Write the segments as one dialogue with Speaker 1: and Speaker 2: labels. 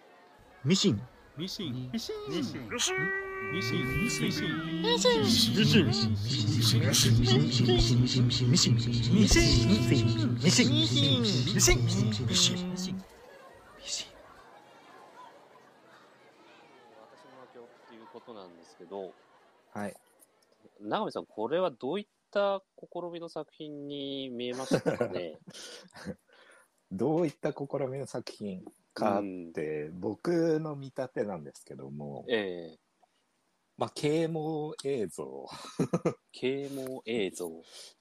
Speaker 1: ミシン
Speaker 2: ミシンミシン
Speaker 3: ミシンミシンミシンミシンミシンミシンミシンミシンミシンミシンミシンミシンミシンミシンミシンミシンミシンミシンミシ
Speaker 4: ミシンミシンミシンミシンミシン
Speaker 5: ニシン
Speaker 3: ンミシン
Speaker 6: 私の負けっていうことなんですけど、
Speaker 5: はい。
Speaker 6: 長見さん、これはどういった試みの作品に見えましたかね
Speaker 5: どういった試みの作品 かって、僕の見立てなんですけども、
Speaker 6: ええ
Speaker 5: まあ、啓蒙映像、
Speaker 6: 啓蒙映像。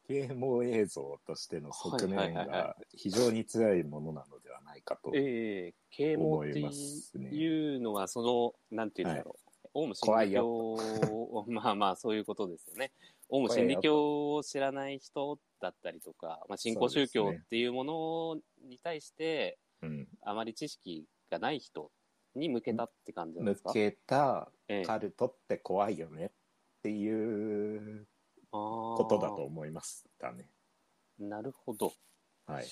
Speaker 5: 啓蒙映像としての側面
Speaker 6: はいはいはい
Speaker 5: が非常に強いものなのではないかと。
Speaker 6: ええ啓蒙っていうのは、その、なんていうんだろう。オウム真理教を、 まあまあ、そういうことですよね。オウム真理教を知らない人だったりとか、まあ、新興宗教っていうものに対して、
Speaker 5: うん
Speaker 6: あまり知識がない人に向けたって感じなんで
Speaker 5: 向
Speaker 6: すか
Speaker 5: けた
Speaker 6: ええ
Speaker 5: カルトって怖いよねっていうこ
Speaker 6: こと
Speaker 5: だと。思いましたね。
Speaker 6: なるほど。
Speaker 5: はい。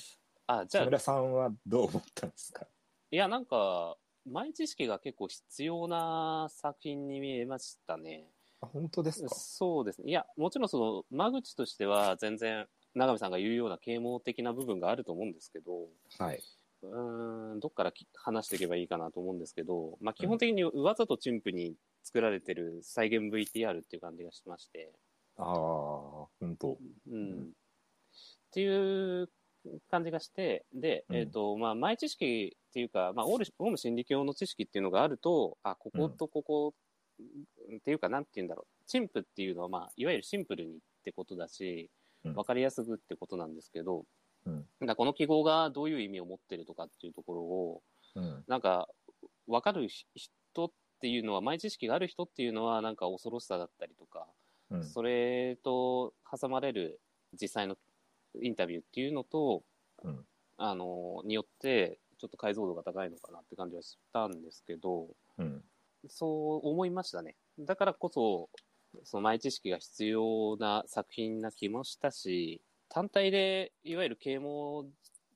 Speaker 6: あ、じゃ
Speaker 5: 木
Speaker 6: あ、
Speaker 5: 村さんはどう思ったんですか
Speaker 6: いや、なんか、前知識が結構必要な作品に見えましたね。
Speaker 5: あ本当ですか
Speaker 6: そうですね。いや、もちろんその、間口としては全然、長見さんが言うような啓蒙的な部分があると思うんですけど、
Speaker 5: はい。
Speaker 6: うーん、どっからき話していけばいいかなと思うんですけど、まあ、基本的にわざと陳腐に作られてる再現 VTR っていう感じがしまして、
Speaker 5: ああ、本当。
Speaker 6: うんっていう感じがして、で、
Speaker 5: うん
Speaker 6: えっ、と、まあ、前知識っていうか、まあ、オールオウム真理教の知識っていうのがあると、あ、こことここ、っていうか、なんて言うんだろう。陳腐っていうのは、まあ、いわゆるシンプルにってことだし
Speaker 5: うん、
Speaker 6: わかりやすくってことなんですけど、
Speaker 5: うん
Speaker 6: なんかこの記号がどういう意味を持ってるとかっていうところを、
Speaker 5: うん。
Speaker 6: なんか、わかるひ人っていうのは、前知識がある人っていうのは、なんか恐ろしさだったりとか、
Speaker 5: うん。
Speaker 6: それと挟まれる実際のインタビューっていうのと、
Speaker 5: うん
Speaker 6: あの、によって、ちょっと解像度が高いのかなって感じはしたんですけど、
Speaker 5: うん。
Speaker 6: そう思いましたね。だからこそ、その前知識が必要な作品な気もしたし、単体で、いわゆる啓蒙っ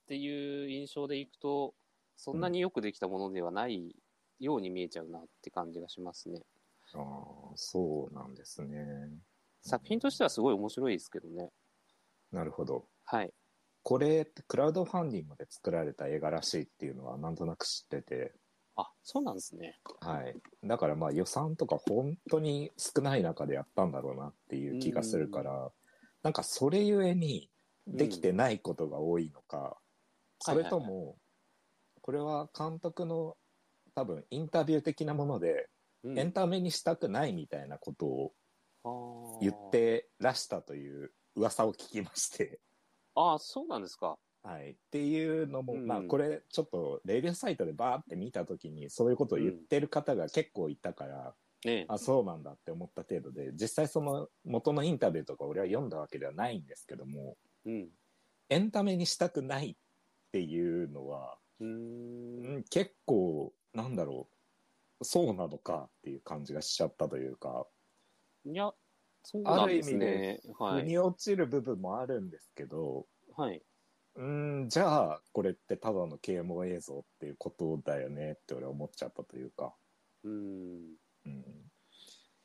Speaker 6: ていう印象でいくと、そんなによくできたものではないように見えちゃうなって感じがしますね。
Speaker 5: ああ、そうなんですね。
Speaker 6: 作品としてはすごい面白いですけどね。
Speaker 5: なるほど。
Speaker 6: はい。
Speaker 5: これってクラウドファンディングで作られた映画らしいっていうのはなんとなく知ってて、
Speaker 6: あ、そうなんですね。
Speaker 5: はい。だからまあ予算とか本当に少ない中でやったんだろうなっていう気がするから、なんかそれゆえにできてないことが多いのか、それと
Speaker 6: はい
Speaker 5: も、これは監督の多分インタビュー的なもので
Speaker 6: うん
Speaker 5: エンタメにしたくないみたいなことを言っ。
Speaker 6: あー
Speaker 5: てらしたという噂を聞きまして、
Speaker 6: あー、そうなんですか。
Speaker 5: はい。っていうのも、
Speaker 6: うん
Speaker 5: まあこれちょっとレビューサイトでバーって見た時にそういうことを言ってる方が結構いたから、
Speaker 6: ねえ。
Speaker 5: あ、そうなんだって思った程度で、実際その元のインタビューとか俺は読んだわけではないんですけども、
Speaker 6: うん。
Speaker 5: エンタメにしたくないっていうのは、
Speaker 6: うー。
Speaker 5: うんん結構、なんだろう、そうなのかっていう感じがしちゃったというか、
Speaker 6: いや、そうなんですね。は
Speaker 5: 腑
Speaker 6: い。
Speaker 5: に落ちる部分もあるんですけど、
Speaker 6: はい。
Speaker 5: うん、じゃあ、これってただの啓蒙映像っていうことだよねって俺は思っちゃったというか、
Speaker 6: うん。
Speaker 5: うん、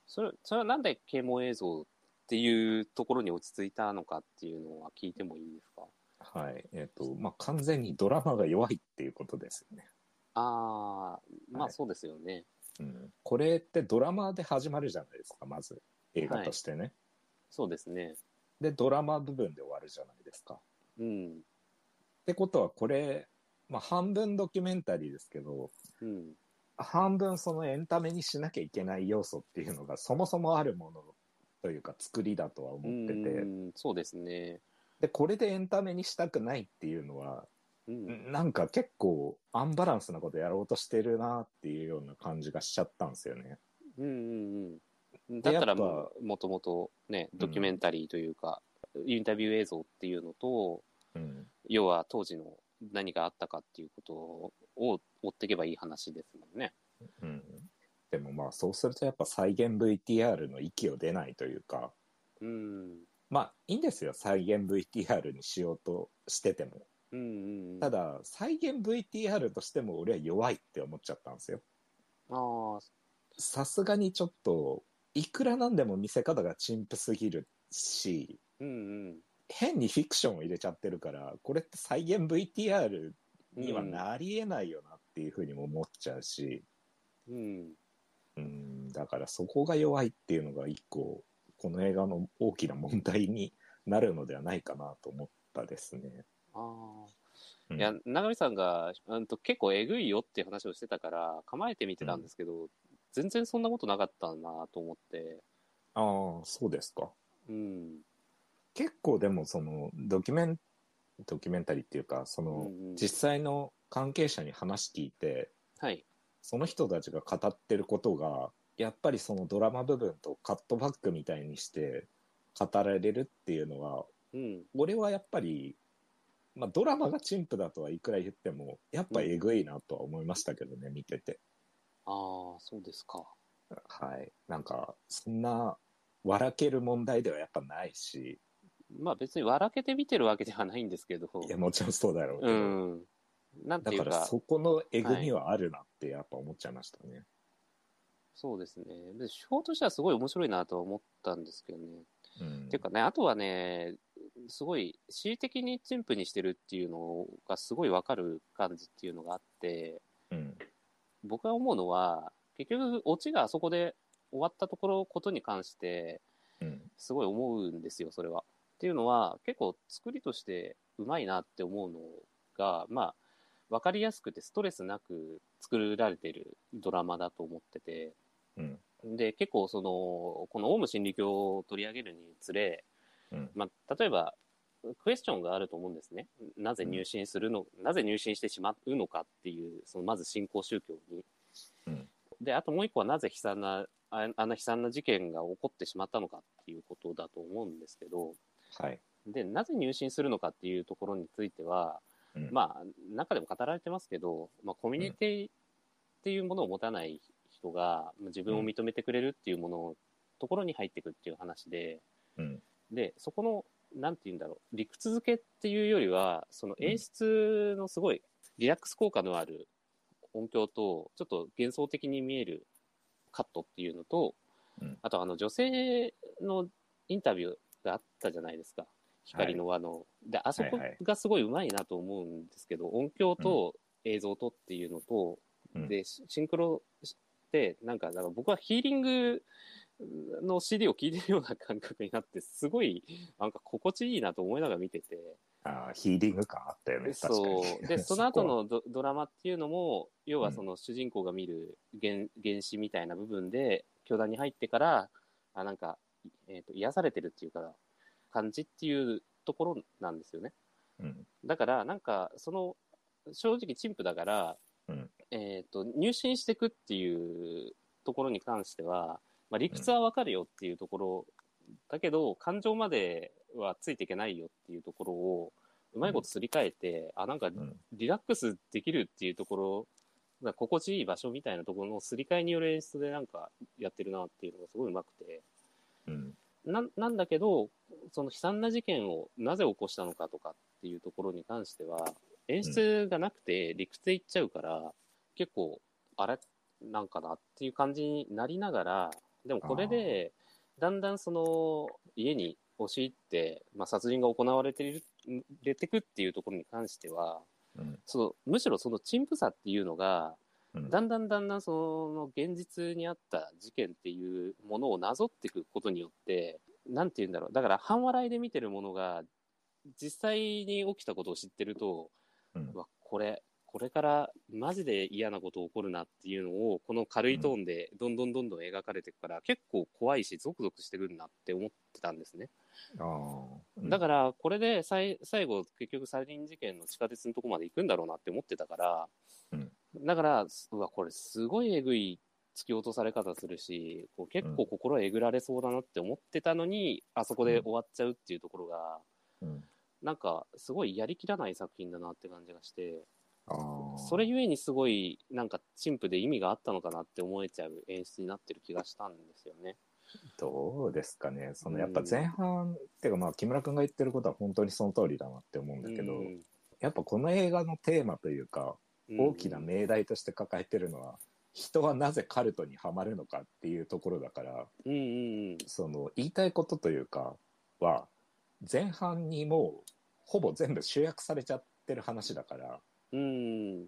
Speaker 6: それ、それはなんで啓蒙映像っていうところに落ち着いたのかっていうのは聞いてもいいですか
Speaker 5: はい。えっ、と、まあ、完全にドラマが弱いっていうことですよね。
Speaker 6: ああ、ま
Speaker 5: は
Speaker 6: あ
Speaker 5: い
Speaker 6: そうですよね。
Speaker 5: うん、これってドラマで始まるじゃないですか、まず。映画としてね。
Speaker 6: そうですね。
Speaker 5: で、ドラマ部分で終わるじゃないですか。っ
Speaker 6: うん。
Speaker 5: てことは、これ、まあ、半分ドキュメンタリーですけど、
Speaker 6: うん。
Speaker 5: 半分そのエンタメにしなきゃいけない要素っていうのがそもそもあるものというか作りだとは
Speaker 6: う
Speaker 5: 思ってて、
Speaker 6: ん。そうですね。
Speaker 5: で、これでエンタメにしたくないっていうのは、
Speaker 6: うん。
Speaker 5: なんか結構アンバランスなことやろうとしてるなっていうような感じがしちゃったんですよね。
Speaker 6: うんうんうん。だ
Speaker 5: で
Speaker 6: ったら
Speaker 5: やっぱ
Speaker 6: も、もともとね、
Speaker 5: ん
Speaker 6: ドキュメンタリーというか、インタビュー映像っていうのと、
Speaker 5: うん。
Speaker 6: 要は当時の何があったかっていうことを追っていけばいい話ですもんね。
Speaker 5: うん。でもまあそうするとやっぱ再現 VTR の息を出ないというか、
Speaker 6: うん。
Speaker 5: まあいいんですよ、再現 VTR にしようとしてても。
Speaker 6: うんうんうん。
Speaker 5: ただ、再現 VTR としても俺は弱いって思っちゃったんですよ。
Speaker 6: ああ、
Speaker 5: さすがにちょっといくらなんでも見せ方が陳腐すぎるし
Speaker 6: うんうん。
Speaker 5: 変にフィクションを入れちゃってるからこれって再現 VTR にはなりえないよなっていうふうにも思っちゃうし、
Speaker 6: うん。
Speaker 5: うん、だからそこが弱いっていうのが一個この映画の大きな問題になるのではないかなと思ったですね。
Speaker 6: ああ。
Speaker 5: うん
Speaker 6: いや、永見さんが、うん、と結構えぐいよっていう話をしてたから、構えてみてたんですけど、全然そんなことなかったなと思って。
Speaker 5: ああそうですか。
Speaker 6: うん。
Speaker 5: 結構でもそのドキュメンドキュメンタリーっていうかその
Speaker 6: うんうん
Speaker 5: 実際の関係者に話聞いて
Speaker 6: はい。
Speaker 5: その人たちが語ってることがやっぱりそのドラマ部分とカットバックみたいにして語られるっていうのは
Speaker 6: うん。
Speaker 5: 俺はやっぱり、まあ、ドラマが陳腐だとはいくら言ってもやっぱえぐいなとは思いましたけどね見てて
Speaker 6: ああ、そうですか。
Speaker 5: はいなんかそんな笑ける問題ではやっぱないし
Speaker 6: まあ別に笑けて見てるわけではないんですけど。
Speaker 5: いやもちろんそうだろうけ
Speaker 6: う
Speaker 5: ど、
Speaker 6: ん。なんてい
Speaker 5: だか
Speaker 6: う
Speaker 5: ら
Speaker 6: か、
Speaker 5: そこのえぐみはあるなってやっぱ思っちゃいましたね。
Speaker 6: そうですね。で手法としてはすごい面白いなとは思ったんですけどね。
Speaker 5: うん
Speaker 6: っていうかね、あとはね、すごい、恣意的に陳腐にしてるっていうのがすごいわかる感じっていうのがあって、
Speaker 5: うん
Speaker 6: 僕が思うのは、結局、オチがあそこで終わったところことに関して、
Speaker 5: うん
Speaker 6: すごい思うんですよ、それは。っていうのは、結構作りとしてうまいなって思うのが、まあ、わかりやすくてストレスなく作られてるドラマだと思ってて、
Speaker 5: うん
Speaker 6: で、結構その、このオウム真理教を取り上げるにつれ、
Speaker 5: うん
Speaker 6: まあ、例えば、クエスチョンがあると思うんですね。なぜ入信するの、なぜ入信してしまうのかっていう、そのまず信仰宗教に。
Speaker 5: うん
Speaker 6: で、あともう一個はなぜ悲惨な、ああんな悲惨な事件が起こってしまったのかっていうことだと思うんですけど、
Speaker 5: はい
Speaker 6: で、なぜ入信するのかっていうところについては、
Speaker 5: うん
Speaker 6: まあ、中でも語られてますけど、まあ、コミュニティっていうものを持たない人が、まあ自分を認めてくれるっていうもののところに入ってくっていう話で、
Speaker 5: うん
Speaker 6: で、そこの、なんて言うんだろう、理屈付けっていうよりは、その演出のすごいリラックス効果のある音響と、ちょっと幻想的に見えるカットっていうのと、
Speaker 5: うん
Speaker 6: あとあの女性のインタビューがあったじゃないですか。光の輪の。で、あそこ
Speaker 5: はいはい
Speaker 6: がすごいうまいなと思うんですけど、音響と映像とっていうのと、
Speaker 5: うん
Speaker 6: で、シシンクロして、なんか、だから僕はヒーリングの CD を聴いてるような感覚になって、すごい、なんか心地いいなと思いながら見てて。
Speaker 5: あーヒーリング感あったよね確かに
Speaker 6: そう。で、その後のドドラマっていうのも、要はその主人公が見る原原始みたいな部分で、教団に入ってから、あなんか、えー、と癒されてるっていうか、感じっていうところなんですよね。
Speaker 5: うん
Speaker 6: だから、なんか、その、正直、陳腐だから、
Speaker 5: うん
Speaker 6: えっ、と、入信してくっていうところに関しては、まあ、理屈はわかるよっていうところ、だけど、感情まではついていけないよっていうところを、うまいことすり替えて、あ、なんか
Speaker 5: うん
Speaker 6: リラックスできるっていうところ、なんか心地いい場所みたいなところのすり替えによる演出でなんかやってるなっていうのがすごいうまくて。
Speaker 5: うん
Speaker 6: ななんだけど、その悲惨な事件をなぜ起こしたのかとかっていうところに関しては、演出がなくて理屈でいっちゃうから、結構、あれなんかなっていう感じになりながら、でもこれで、だんだんその家に押し入って、まあ、殺人が行われている、出てくっていうところに関しては、
Speaker 5: うん
Speaker 6: そのむしろその陳腐さっていうのが、
Speaker 5: うん
Speaker 6: だんだんだんだんその現実にあった事件っていうものをなぞっていくことによって、なんて言うんだろう。だから半笑いで見てるものが、実際に起きたことを知ってると、
Speaker 5: うん
Speaker 6: うわ、これ、これからマジで嫌なこと起こるなっていうのを、この軽いトーンでどんどんどんどん描かれていくから、結構怖いし、ゾクゾクしてくるなって思ってたんですね。
Speaker 5: あーうん
Speaker 6: だから、これでさい最後、結局、サリン事件の地下鉄のとこまで行くんだろうなって思ってたから、
Speaker 5: うん
Speaker 6: だから、すうわ、これ、すごいえぐい突き落とされ方するし、こう結構心えぐられそうだなって思ってたのに、あそこで終わっちゃうっていうところが、
Speaker 5: うん
Speaker 6: なんか、すごいやりきらない作品だなって感じがして、
Speaker 5: あー
Speaker 6: それゆえにすごい、なんか、陳腐で意味があったのかなって思えちゃう演出になってる気がしたんですよね。
Speaker 5: どうですかねその
Speaker 6: うん
Speaker 5: やっぱ前半、っていうかまあ木村君が言ってることは本当にその通りだなって思うんだけど、
Speaker 6: うん
Speaker 5: やっぱこの映画のテーマというか大きな
Speaker 6: うん
Speaker 5: 命題として抱えてるのは、人はなぜカルトにはまるのかっていうところだから
Speaker 6: うんうんうん。
Speaker 5: その言いたいことというかは前半にもうほぼ全部集約されちゃってる話だから
Speaker 6: うん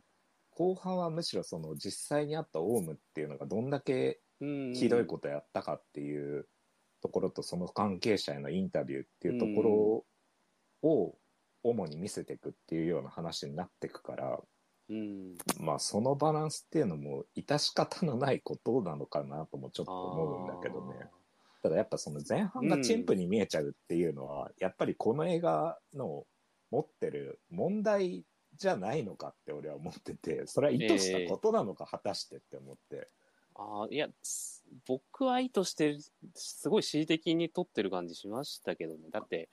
Speaker 5: 後半はむしろその実際にあったオウムっていうのがどんだけ
Speaker 6: うん。
Speaker 5: ひどいことやったかっていうところとその関係者へのインタビューっていうところを主に見せていくっていうような話になっていくから、
Speaker 6: と。うん。
Speaker 5: まあそのバランスっていうのも致し方のないことなのかなともちょっと思うんだけどねただやっぱその前半が陳腐に見えちゃうっていうのは、やっぱりこの映画の持ってる問題じゃないのかって俺は思っててそれは意図したことなのか果たしてって思って。
Speaker 6: あーあー、いや、す僕は意図してる、すごい恣意的に撮ってる感じしましたけどね。だって、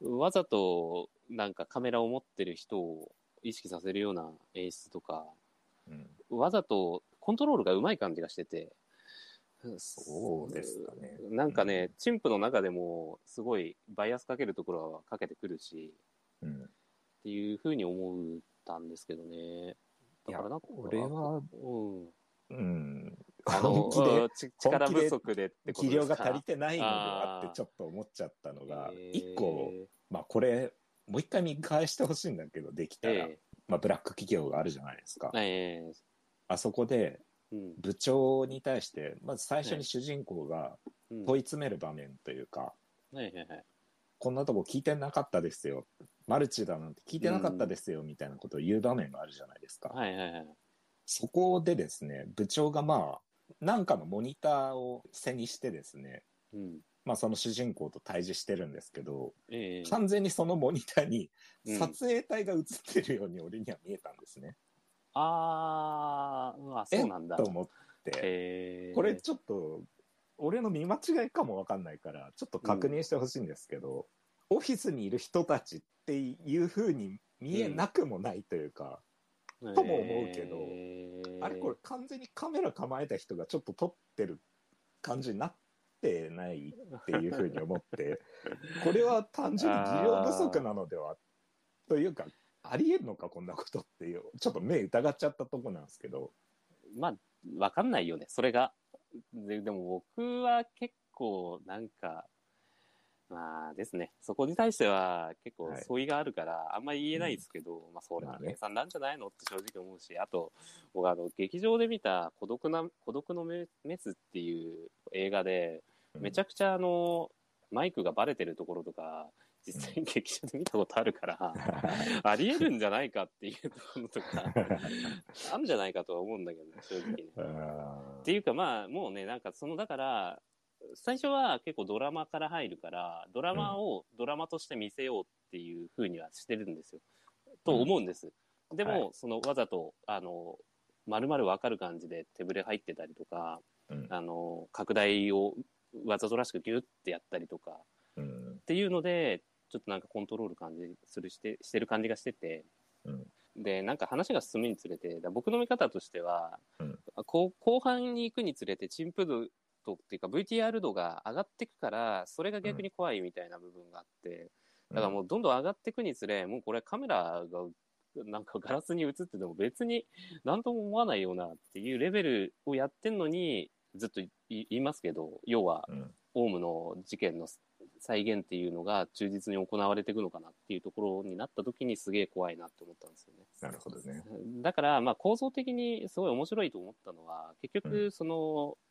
Speaker 6: わざとなんかカメラを持ってる人を意識させるような演出とか、
Speaker 5: うん
Speaker 6: わざとコントロールがうまい感じがしてて。
Speaker 5: そうですかね
Speaker 6: なんかね
Speaker 5: う、
Speaker 6: チンプの中でも、すごいバイアスかけるところはかけてくるし、
Speaker 5: うん
Speaker 6: っていうふうに思ったんですけどね。だからなんか、
Speaker 5: 俺は、
Speaker 6: うん。
Speaker 5: うん、
Speaker 6: あの
Speaker 5: 本気で
Speaker 6: うんち力
Speaker 5: 本気
Speaker 6: 不
Speaker 5: で
Speaker 6: 足でってこと
Speaker 5: 技
Speaker 6: で
Speaker 5: 量
Speaker 6: す
Speaker 5: が
Speaker 6: か
Speaker 5: 足りてないのでは
Speaker 6: あー
Speaker 5: ってちょっと思っちゃったのが
Speaker 6: えー
Speaker 5: 一個、まあこれもう一回見返してほしいんだけどできたら、
Speaker 6: え
Speaker 5: まあ、ブラック企業があるじゃないですか、
Speaker 6: えええ
Speaker 5: あそこで
Speaker 6: うん
Speaker 5: 部長に対してまず最初に主人公が
Speaker 6: うん
Speaker 5: 問い詰める場面というか、
Speaker 6: はいはいはい
Speaker 5: こんなとこ聞いてなかったですよマルチだなんて聞いてなかったですよみたいなことを言う場面があるじゃないですか、
Speaker 6: はいはいはい
Speaker 5: そこでですね部長がまあなんかのモニターを背にしてですね、
Speaker 6: うん
Speaker 5: まあ、その主人公と対峙してるんですけど、
Speaker 6: ええ
Speaker 5: 完全にそのモニターに
Speaker 6: うん
Speaker 5: 撮影隊が映ってるように俺には見えたんですね。
Speaker 6: あーうわそうなんだ
Speaker 5: と思って、
Speaker 6: ええ
Speaker 5: これちょっと俺の見間違いかもわかんないからちょっと確認してほしいんですけど、オフィスにいる人たちっていうふうに見えなくもないというか、とも思うけど
Speaker 6: ええ
Speaker 5: あれこれ完全にカメラ構えた人がちょっと撮ってる感じになってないっていうふうに思って これは単純に技量不足なのではというかありえるのかこんなことっていうちょっと目疑っちゃったとこなんですけど
Speaker 6: まあ、わかんないよね、それが。ででも僕は結構なんか、まあですね、そこに対しては結構
Speaker 5: はい
Speaker 6: 相違があるから、あんまり言えないですけど、まあそれは
Speaker 5: まあね
Speaker 6: ね、さんなんじゃないのって正直思うし、あと、僕あの、劇場で見た孤独な、孤独のメメスっていう映画で、めちゃ
Speaker 5: く
Speaker 6: くちゃあの、マイクがバレてるところとか、実際に劇場で見たことある から、ありえるんじゃないかっていうところと か、あるんじゃないかとは思うんだけどね、正直ね。っていうかまあもうねなんかそのだから最初は結構ドラマから入るからドラマをドラマとして見せようっていうふうにはしてるんですよ、と思うんですでも、
Speaker 5: は
Speaker 6: そのわざとあの丸々わかる感じで手ぶれ入ってたりとかあの拡大をわざとらしくギュッてやったりとかっていうのでちょっとなんかコントロール感じするしてしてる感じがしてて、
Speaker 5: うん
Speaker 6: でなんか話が進むにつれてだ僕の見方としては、
Speaker 5: うん
Speaker 6: こう後半に行くにつれてチンプ度とっていうか VTR 度が上がってくからそれが逆に怖いみたいな部分があって、だからもうどんどん上がってくにつれもうこれカメラがなんかガラスに映ってても別に何とも思わないようなっていうレベルをやってんのにずっとい言いますけど要はオウムの事件の再現っていうのが忠実に行われていくのかなっていうところになった時にすげえ怖いなって思ったんですよね。
Speaker 5: なるほどね。
Speaker 6: だからまあ構造的にすごい面白いと思ったのは結
Speaker 5: う
Speaker 6: 局その、うん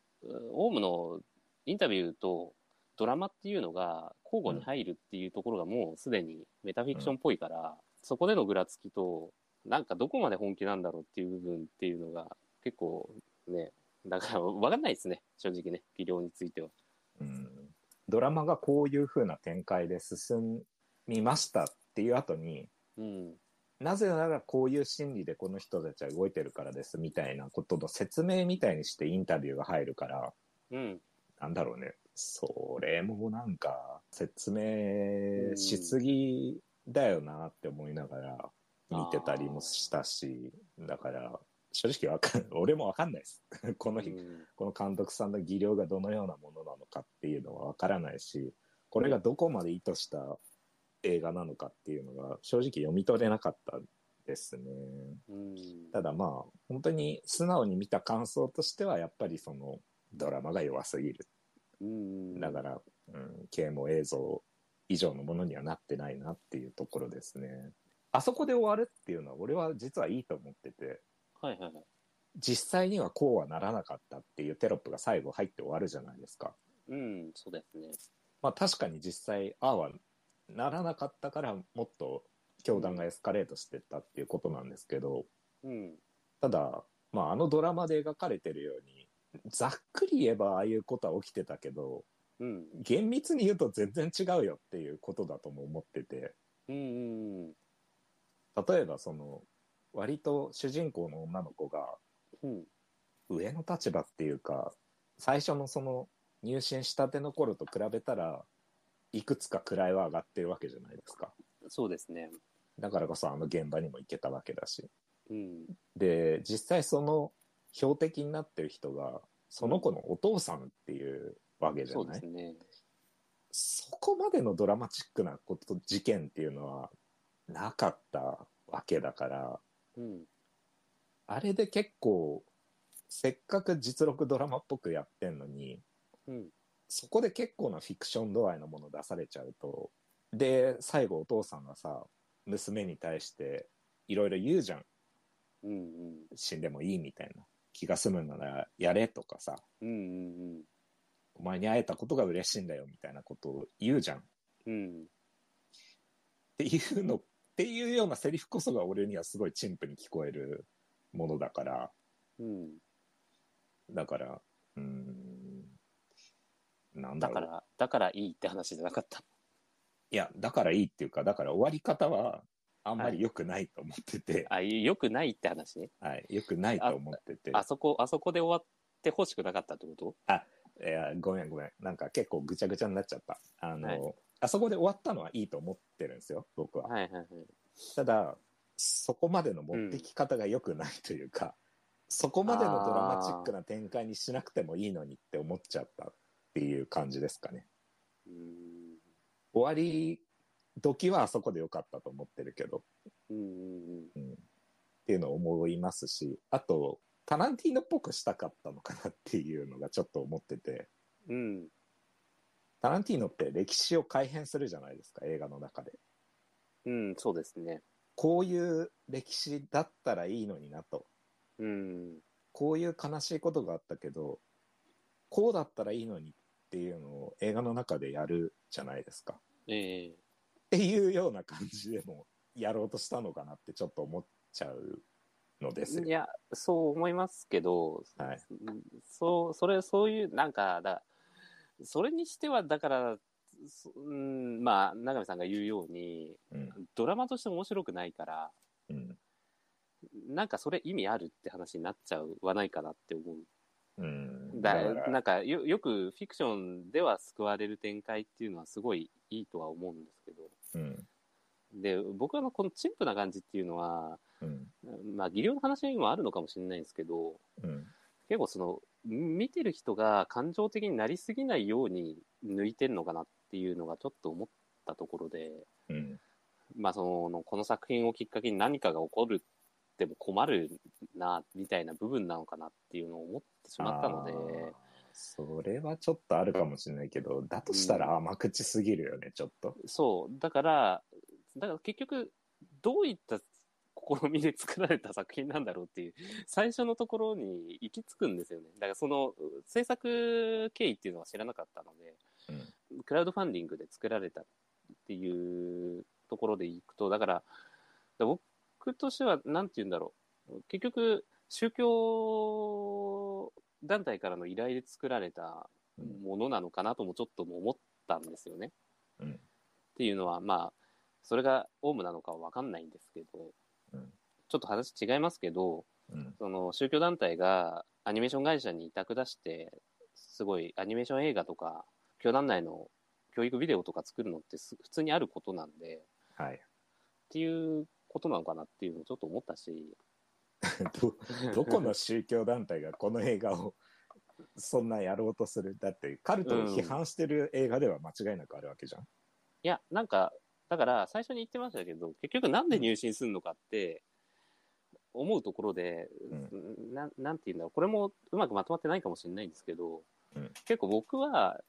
Speaker 6: オウムのインタビューとドラマっていうのが交互に入るっていうところがもうすでにメタフィクションっぽいから、そこでのぐらつきとなんかどこまで本気なんだろうっていう部分っていうのが結構ねだから分かんないですね正直ね技量については。
Speaker 5: うんドラマがこういうふうな展開で進みましたっていう後に
Speaker 6: うん
Speaker 5: なぜならこういう心理でこの人たちは動いてるからですみたいなことの説明みたいにしてインタビューが入るから、
Speaker 6: うん、
Speaker 5: なんだろうね。それもなんか説明しすぎだよなって思いながら見てたりもしたし、だから正直わかん、俺もわかんないです。この日、
Speaker 6: うん
Speaker 5: この監督さんの技量がどのようなものなのかっていうのはわからないし、これがどこまで意図した映画なのかっていうのが正直読み取れなかったですね。
Speaker 6: うん
Speaker 5: ただまあ、本当に素直に見た感想としては、やっぱりその、ドラマが弱すぎる。
Speaker 6: うん
Speaker 5: だから、うん、啓蒙映像以上のものにはなってないなっていうところですね。あそこで終わるっていうのは、俺は実はいいと思ってて、
Speaker 6: はいはいはい。
Speaker 5: 実際にはこうはならなかったっていうテロップが最後入って終わるじゃないですか。
Speaker 6: うん、そうですね。
Speaker 5: まあ確かに実際、ああはならなかったから、もっと教団がエスカレートしてったっていうことなんですけど、
Speaker 6: うん。
Speaker 5: ただ、まああのドラマで描かれてるように、ざっくり言えばああいうことは起きてたけど、
Speaker 6: うん。
Speaker 5: 厳密に言うと全然違うよっていうことだとも思ってて、
Speaker 6: うんうんうん。
Speaker 5: 例えばその、割と主人公の女の子が
Speaker 6: うん。
Speaker 5: 上の立場っていうか、最初のその入信したての頃と比べたら、いくつか位は上がってるわけじゃないですか。
Speaker 6: そうですね。
Speaker 5: だからこそあの現場にも行けたわけだし。
Speaker 6: うん。
Speaker 5: で、実際その標的になってる人が、その子のお父さんっていうわけじゃ
Speaker 6: そう
Speaker 5: な
Speaker 6: で
Speaker 5: い
Speaker 6: すね。
Speaker 5: そこまでのドラマチックなこと、事件っていうのはなかったわけだから、
Speaker 6: うん。
Speaker 5: あれで結構、せっかく実録ドラマっぽくやってんのに、
Speaker 6: うん。
Speaker 5: そこで結構なフィクション度合いのもの出されちゃうと、で、最後お父さんがさ、娘に対していろいろ言うじゃん。
Speaker 6: うんうん。
Speaker 5: 死んでもいいみたいな。気が済むならやれとかさ、
Speaker 6: うんうん
Speaker 5: お前に会えたことが嬉しいんだよみたいなことを言うじゃん。っ
Speaker 6: うん。うん。
Speaker 5: ていうの、っていうようなセリフこそが俺にはすごい陳腐に聞こえるものだから、
Speaker 6: うん。
Speaker 5: だから、うーん、なんだ
Speaker 6: だ
Speaker 5: ろう。
Speaker 6: から、だからいいって話じゃなかった。
Speaker 5: いや、だからいいっていうか、だから終わり方はあんまり良くないと思ってて、
Speaker 6: あ、よくないって話ね。
Speaker 5: はい、良くないと思ってて。
Speaker 6: あそこ、あそこで終わってほしくなかったってこと
Speaker 5: いや、ごめんごめん。なんか結構ぐちゃぐちゃになっちゃった。あの、
Speaker 6: はい
Speaker 5: あそこで終わったのはいいと思ってるんですよ、僕は。
Speaker 6: はいはいはい。
Speaker 5: ただ、そこまでの持ってき方が良くないというか、そこまでのドラマチックな展開にしなくてもいいのにって思っちゃったっていう感じですかね。
Speaker 6: うん。
Speaker 5: 終わり時はあそこで良かったと思ってるけど、
Speaker 6: うんうんうん。
Speaker 5: うん、っていうのを思いますし、あと、タランティーノっぽくしたかったのかなっていうのがちょっと思ってて、
Speaker 6: うん。
Speaker 5: タランティーノって歴史を改変するじゃないですか、映画の中で。
Speaker 6: うん、そうですね。
Speaker 5: こういう歴史だったらいいのになと。
Speaker 6: うん。
Speaker 5: こういう悲しいことがあったけど、こうだったらいいのにっていうのを映画の中でやるじゃないですか。
Speaker 6: ええ
Speaker 5: っていうような感じでもやろうとしたのかなってちょっと思っちゃうのですよ
Speaker 6: い。や、そう思いますけど、
Speaker 5: はい
Speaker 6: そう、それ、そういう、なんか、だそれにしては、だから、そうん、まあ、永見さんが言うように、
Speaker 5: うん
Speaker 6: ドラマとして面白くないから、
Speaker 5: うん
Speaker 6: なんかそれ意味あるって話になっちゃうはないかなって思う。
Speaker 5: うん
Speaker 6: だ
Speaker 5: だから
Speaker 6: なんかよ、よくフィクションでは救われる展開っていうのはすごいいいとは思うんですけど。
Speaker 5: うん
Speaker 6: で、僕はあのこの陳腐な感じっていうのは、
Speaker 5: うん
Speaker 6: まあ、技量の話にもあるのかもしれないんですけど、
Speaker 5: うん
Speaker 6: 結構その見てる人が感情的になりすぎないように抜いてんのかなっていうのがちょっと思ったところで、
Speaker 5: うん
Speaker 6: まあ、そのこの作品をきっかけに何かが起こるっても困るなみたいな部分なのかなっていうのを思ってしまったので
Speaker 5: あーそれはちょっとあるかもしれないけど、だとしたら甘口すぎるよね、ちょっと。
Speaker 6: そうだからだから結局どういった試みで作られた作品なんだろうっていう最初のところに行き着くんですよねだからその制作経緯っていうのは知らなかったので、
Speaker 5: うん
Speaker 6: クラウドファンディングで作られたっていうところでいくと、だから、僕としては、なんて言うんだろう。結局、宗教団体からの依頼で作られたものなのかなともちょっとも思ったんですよね。
Speaker 5: うん
Speaker 6: っていうのは、まあ、それがオウムなのかはわかんないんですけど、
Speaker 5: うん
Speaker 6: ちょっと話違いますけど、
Speaker 5: うん
Speaker 6: その宗教団体がアニメーション会社に委託出して、すごいアニメーション映画とか、教団内の教育ビデオとか作るのってす普通にあることなんで、っ
Speaker 5: はい。
Speaker 6: ていうことなのかなっていうのをちょっと思ったし、
Speaker 5: ど どこの宗教団体がこの映画をそんなやろうとするだってカルトを批判してる映画では間違いなくあるわけじゃん。
Speaker 6: いや、なんか、だから最初に言ってましたけど、結局なんで入信するのかって、思うところで、ななんて言うんだろうこれもうまくまとまってないかもしれないんですけど、
Speaker 5: うん
Speaker 6: 結構僕は、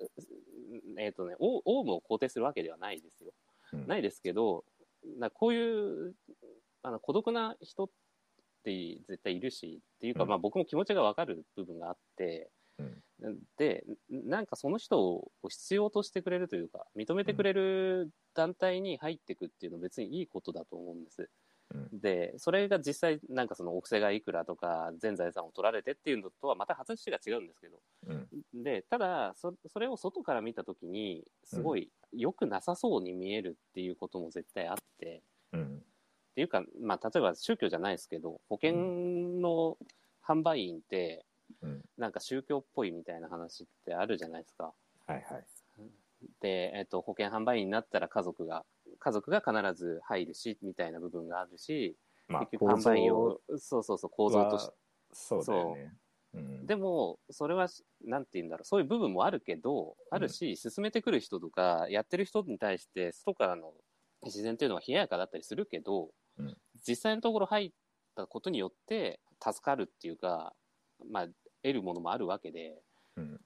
Speaker 6: えっとね、オオウムを肯定するわけではないですよ。
Speaker 5: うん
Speaker 6: ないですけどなこういうあの孤独な人って絶対いるしっていうか、
Speaker 5: うん
Speaker 6: まあ、僕も気持ちが分かる部分があって。
Speaker 5: うん
Speaker 6: でなんかその人を必要としてくれるというか認めてくれる団体に入っていくっていうのは別にいいことだと思うんです。
Speaker 5: うん
Speaker 6: でそれが実際なんかそのお布施がいくらとか全財産を取られてっていうのとはまた話が違うんですけど
Speaker 5: うん
Speaker 6: でただそそれを外から見た時にすごい良くなさそうに見えるっていうことも絶対あって。
Speaker 5: うん
Speaker 6: っていうか、まあ、例えば宗教じゃないですけど保険の販売員って、
Speaker 5: うん
Speaker 6: なんか宗教っぽいみたいな話ってあるじゃないですか。
Speaker 5: はいはい
Speaker 6: で、えっと、保険販売員になったら家族が家族が必ず入るしみたいな部分があるし、
Speaker 5: まあ
Speaker 6: 結局販売員をそうそうそう構造として
Speaker 5: はそうだよねうん
Speaker 6: でもそれはなんて言うんだろうそういう部分もあるけどあるし、進めてくる人とかやってる人に対して外からの自然というのは冷ややかだったりするけど、
Speaker 5: うん
Speaker 6: 実際のところ入ったことによって助かるっていうか、まあ、得るものもあるわけで
Speaker 5: うん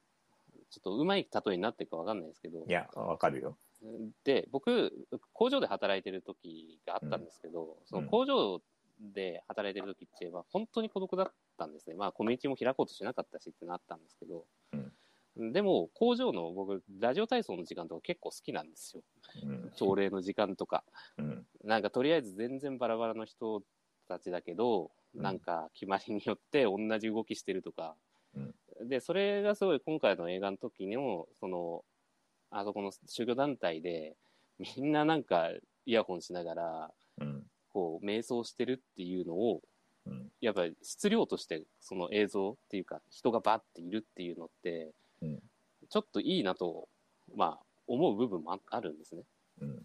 Speaker 6: ちょっとうまい例えになってるかわかんないですけど
Speaker 5: いやわかるよ
Speaker 6: で僕工場で働いてる時があったんですけど、その工場で働いてる時って、まあ、本当に孤独だったんですねまあコミュニティも開こうとしなかったしってなったんですけど、でも工場の僕ラジオ体操の時間とか結構好きなんですよ
Speaker 5: うん
Speaker 6: 朝礼の時間とか
Speaker 5: うん
Speaker 6: なんかとりあえず全然バラバラの人たちだけど、
Speaker 5: うん
Speaker 6: なんか決まりによって同じ動きしてるとか、
Speaker 5: うん
Speaker 6: でそれがすごい今回の映画の時のそのあそこの宗教団体でみんななんかイヤホンしながら
Speaker 5: うん
Speaker 6: こう瞑想してるっていうのを
Speaker 5: うん
Speaker 6: やっぱり質量としてその映像っていうか人がバッているっていうのって、
Speaker 5: うん
Speaker 6: ちょっといいなと、まあ、思う部分もああるんですね。
Speaker 5: うん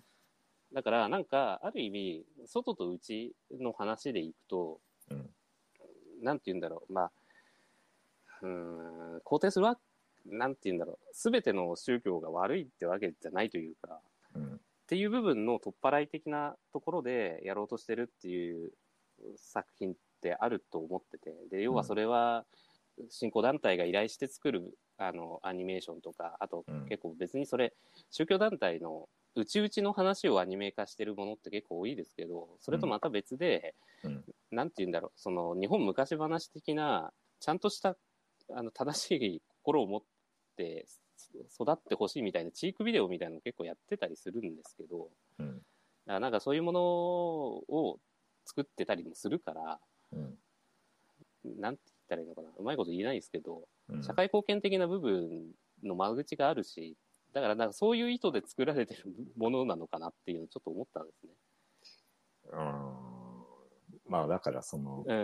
Speaker 6: だから、なんか、ある意味、外と内の話でいくと、
Speaker 5: うん
Speaker 6: なんて言うんだろう、まあ、うーん、肯定するわ、なんて言うんだろう、すべての宗教が悪いってわけじゃないというか、
Speaker 5: うん
Speaker 6: っていう部分の取っ払い的なところでやろうとしてるっていう作品ってあると思っててで要はそれは信仰団体が依頼して作るあのアニメーションとかあと
Speaker 5: うん
Speaker 6: 結構別にそれ宗教団体の内々の話をアニメ化してるものって結構多いですけどそれとまた別で
Speaker 5: うん
Speaker 6: 何、なん、て言うんだろうその日本昔話的なちゃんとしたあの正しい心を持って育ってほしいみたいなチークビデオみたいなの結構やってたりするんですけど
Speaker 5: うん
Speaker 6: だからなんかそういうものを作ってたりもするから
Speaker 5: うん
Speaker 6: なんて言ったらいいのかなうまいこと言えないですけど
Speaker 5: うん
Speaker 6: 社会貢献的な部分の間口があるしだからなんかそういう意図で作られてるものなのかなっていうのをちょっと思ったんですね。
Speaker 5: うんまあだからその
Speaker 6: う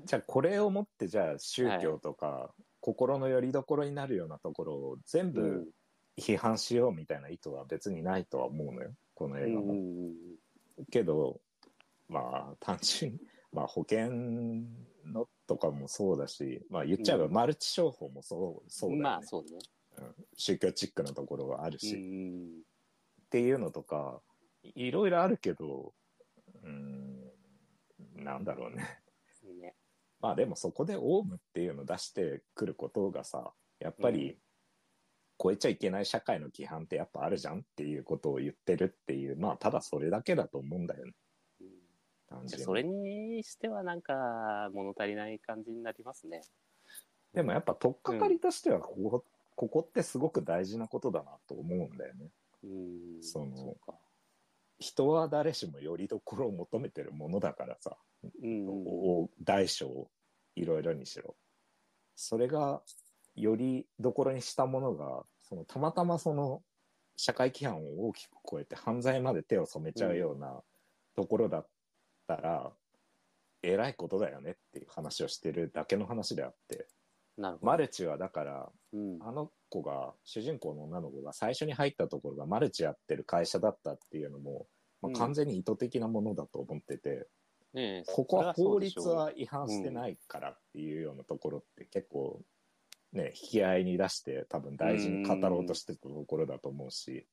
Speaker 6: ん
Speaker 5: じゃあこれをもってじゃあ宗教とか、心の拠り所になるようなところを全
Speaker 6: う
Speaker 5: 部
Speaker 6: ん
Speaker 5: 批判しようみたいな意図は別にないとは思うのよこの映
Speaker 6: う
Speaker 5: 画も。
Speaker 6: ん
Speaker 5: けどまあ単純に、まあ、保険のとかもそうだし、まあ、言っちゃえば
Speaker 6: うん
Speaker 5: マルチ商法もそうそうだよね
Speaker 6: まあそうね。
Speaker 5: うん宗教チックなところはあるし、
Speaker 6: う
Speaker 5: っ
Speaker 6: ん
Speaker 5: ていうのとかいいろいろあるけどうんなんだろうね
Speaker 6: ね
Speaker 5: まあでもそこでオウムっていうのを出してくることがさやっぱ
Speaker 6: うん
Speaker 5: り超えちゃいけない社会の規範ってやっぱあるじゃんっていうことを言ってるっていうまあただそれだけだと思うんだよね
Speaker 6: うん
Speaker 5: 単
Speaker 6: じゃ
Speaker 5: 純
Speaker 6: あそれ
Speaker 5: に
Speaker 6: にしてはなんか物足りない感じになりますね。
Speaker 5: でもやっぱ取っかかりとしてはここ,、ここってすごく大事なことだなと思うんだよね
Speaker 6: うん
Speaker 5: その
Speaker 6: うか。
Speaker 5: 人は誰しもよりどころを求めてるものだからさ、
Speaker 6: うん
Speaker 5: お大小いろいろにしろそれがよりどころにしたものがそのたまたまその社会規範を大きく超えて犯罪まで手を染めちゃうようなところだったら、えらいことだよねっていう話をしてるだけの話であって
Speaker 6: なるほど。
Speaker 5: マルチはだから
Speaker 6: うん
Speaker 5: あの子が主人公の女の子が最初に入ったところがマルチやってる会社だったっていうのも、ま
Speaker 6: うん
Speaker 5: あ、完全に意図的なものだと思ってて、
Speaker 6: ねえ
Speaker 5: ここは法律。
Speaker 6: それそうでしょ
Speaker 5: は違反してないからっていうようなところって結構ね引き合いに出して多分大事に語ろうとしてるところだと思うし
Speaker 6: う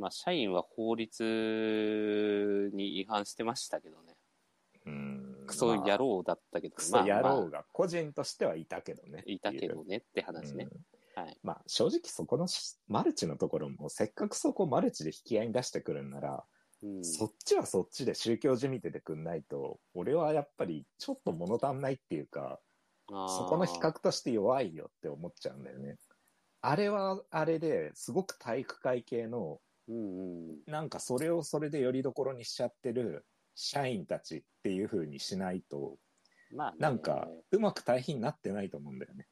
Speaker 6: まあ、社員は法律に違反してましたけどね。
Speaker 5: うん
Speaker 6: クソ野郎だったけど、
Speaker 5: クソ野
Speaker 6: まあ
Speaker 5: 郎
Speaker 6: まあ
Speaker 5: が個人としてはいたけどね。
Speaker 6: いたけ
Speaker 5: っ
Speaker 6: どねって
Speaker 5: ていう
Speaker 6: 話ね。はい。
Speaker 5: まあ正直そこのしマルチのところもせっかくそこマルチで引き合いに出してくるんなら、
Speaker 6: うん
Speaker 5: そっちはそっちで宗教じみててくんないと俺はやっぱりちょっと物足んないっていうか
Speaker 6: あー
Speaker 5: そこの比較として弱いよって思っちゃうんだよね。あれはあれですごく体育会系の
Speaker 6: うんうん。
Speaker 5: なんかそれをそれでよりどころにしちゃってる社員たちっていう風にしないと
Speaker 6: まあね、
Speaker 5: なんかうまく対比になってないと思うんだよね。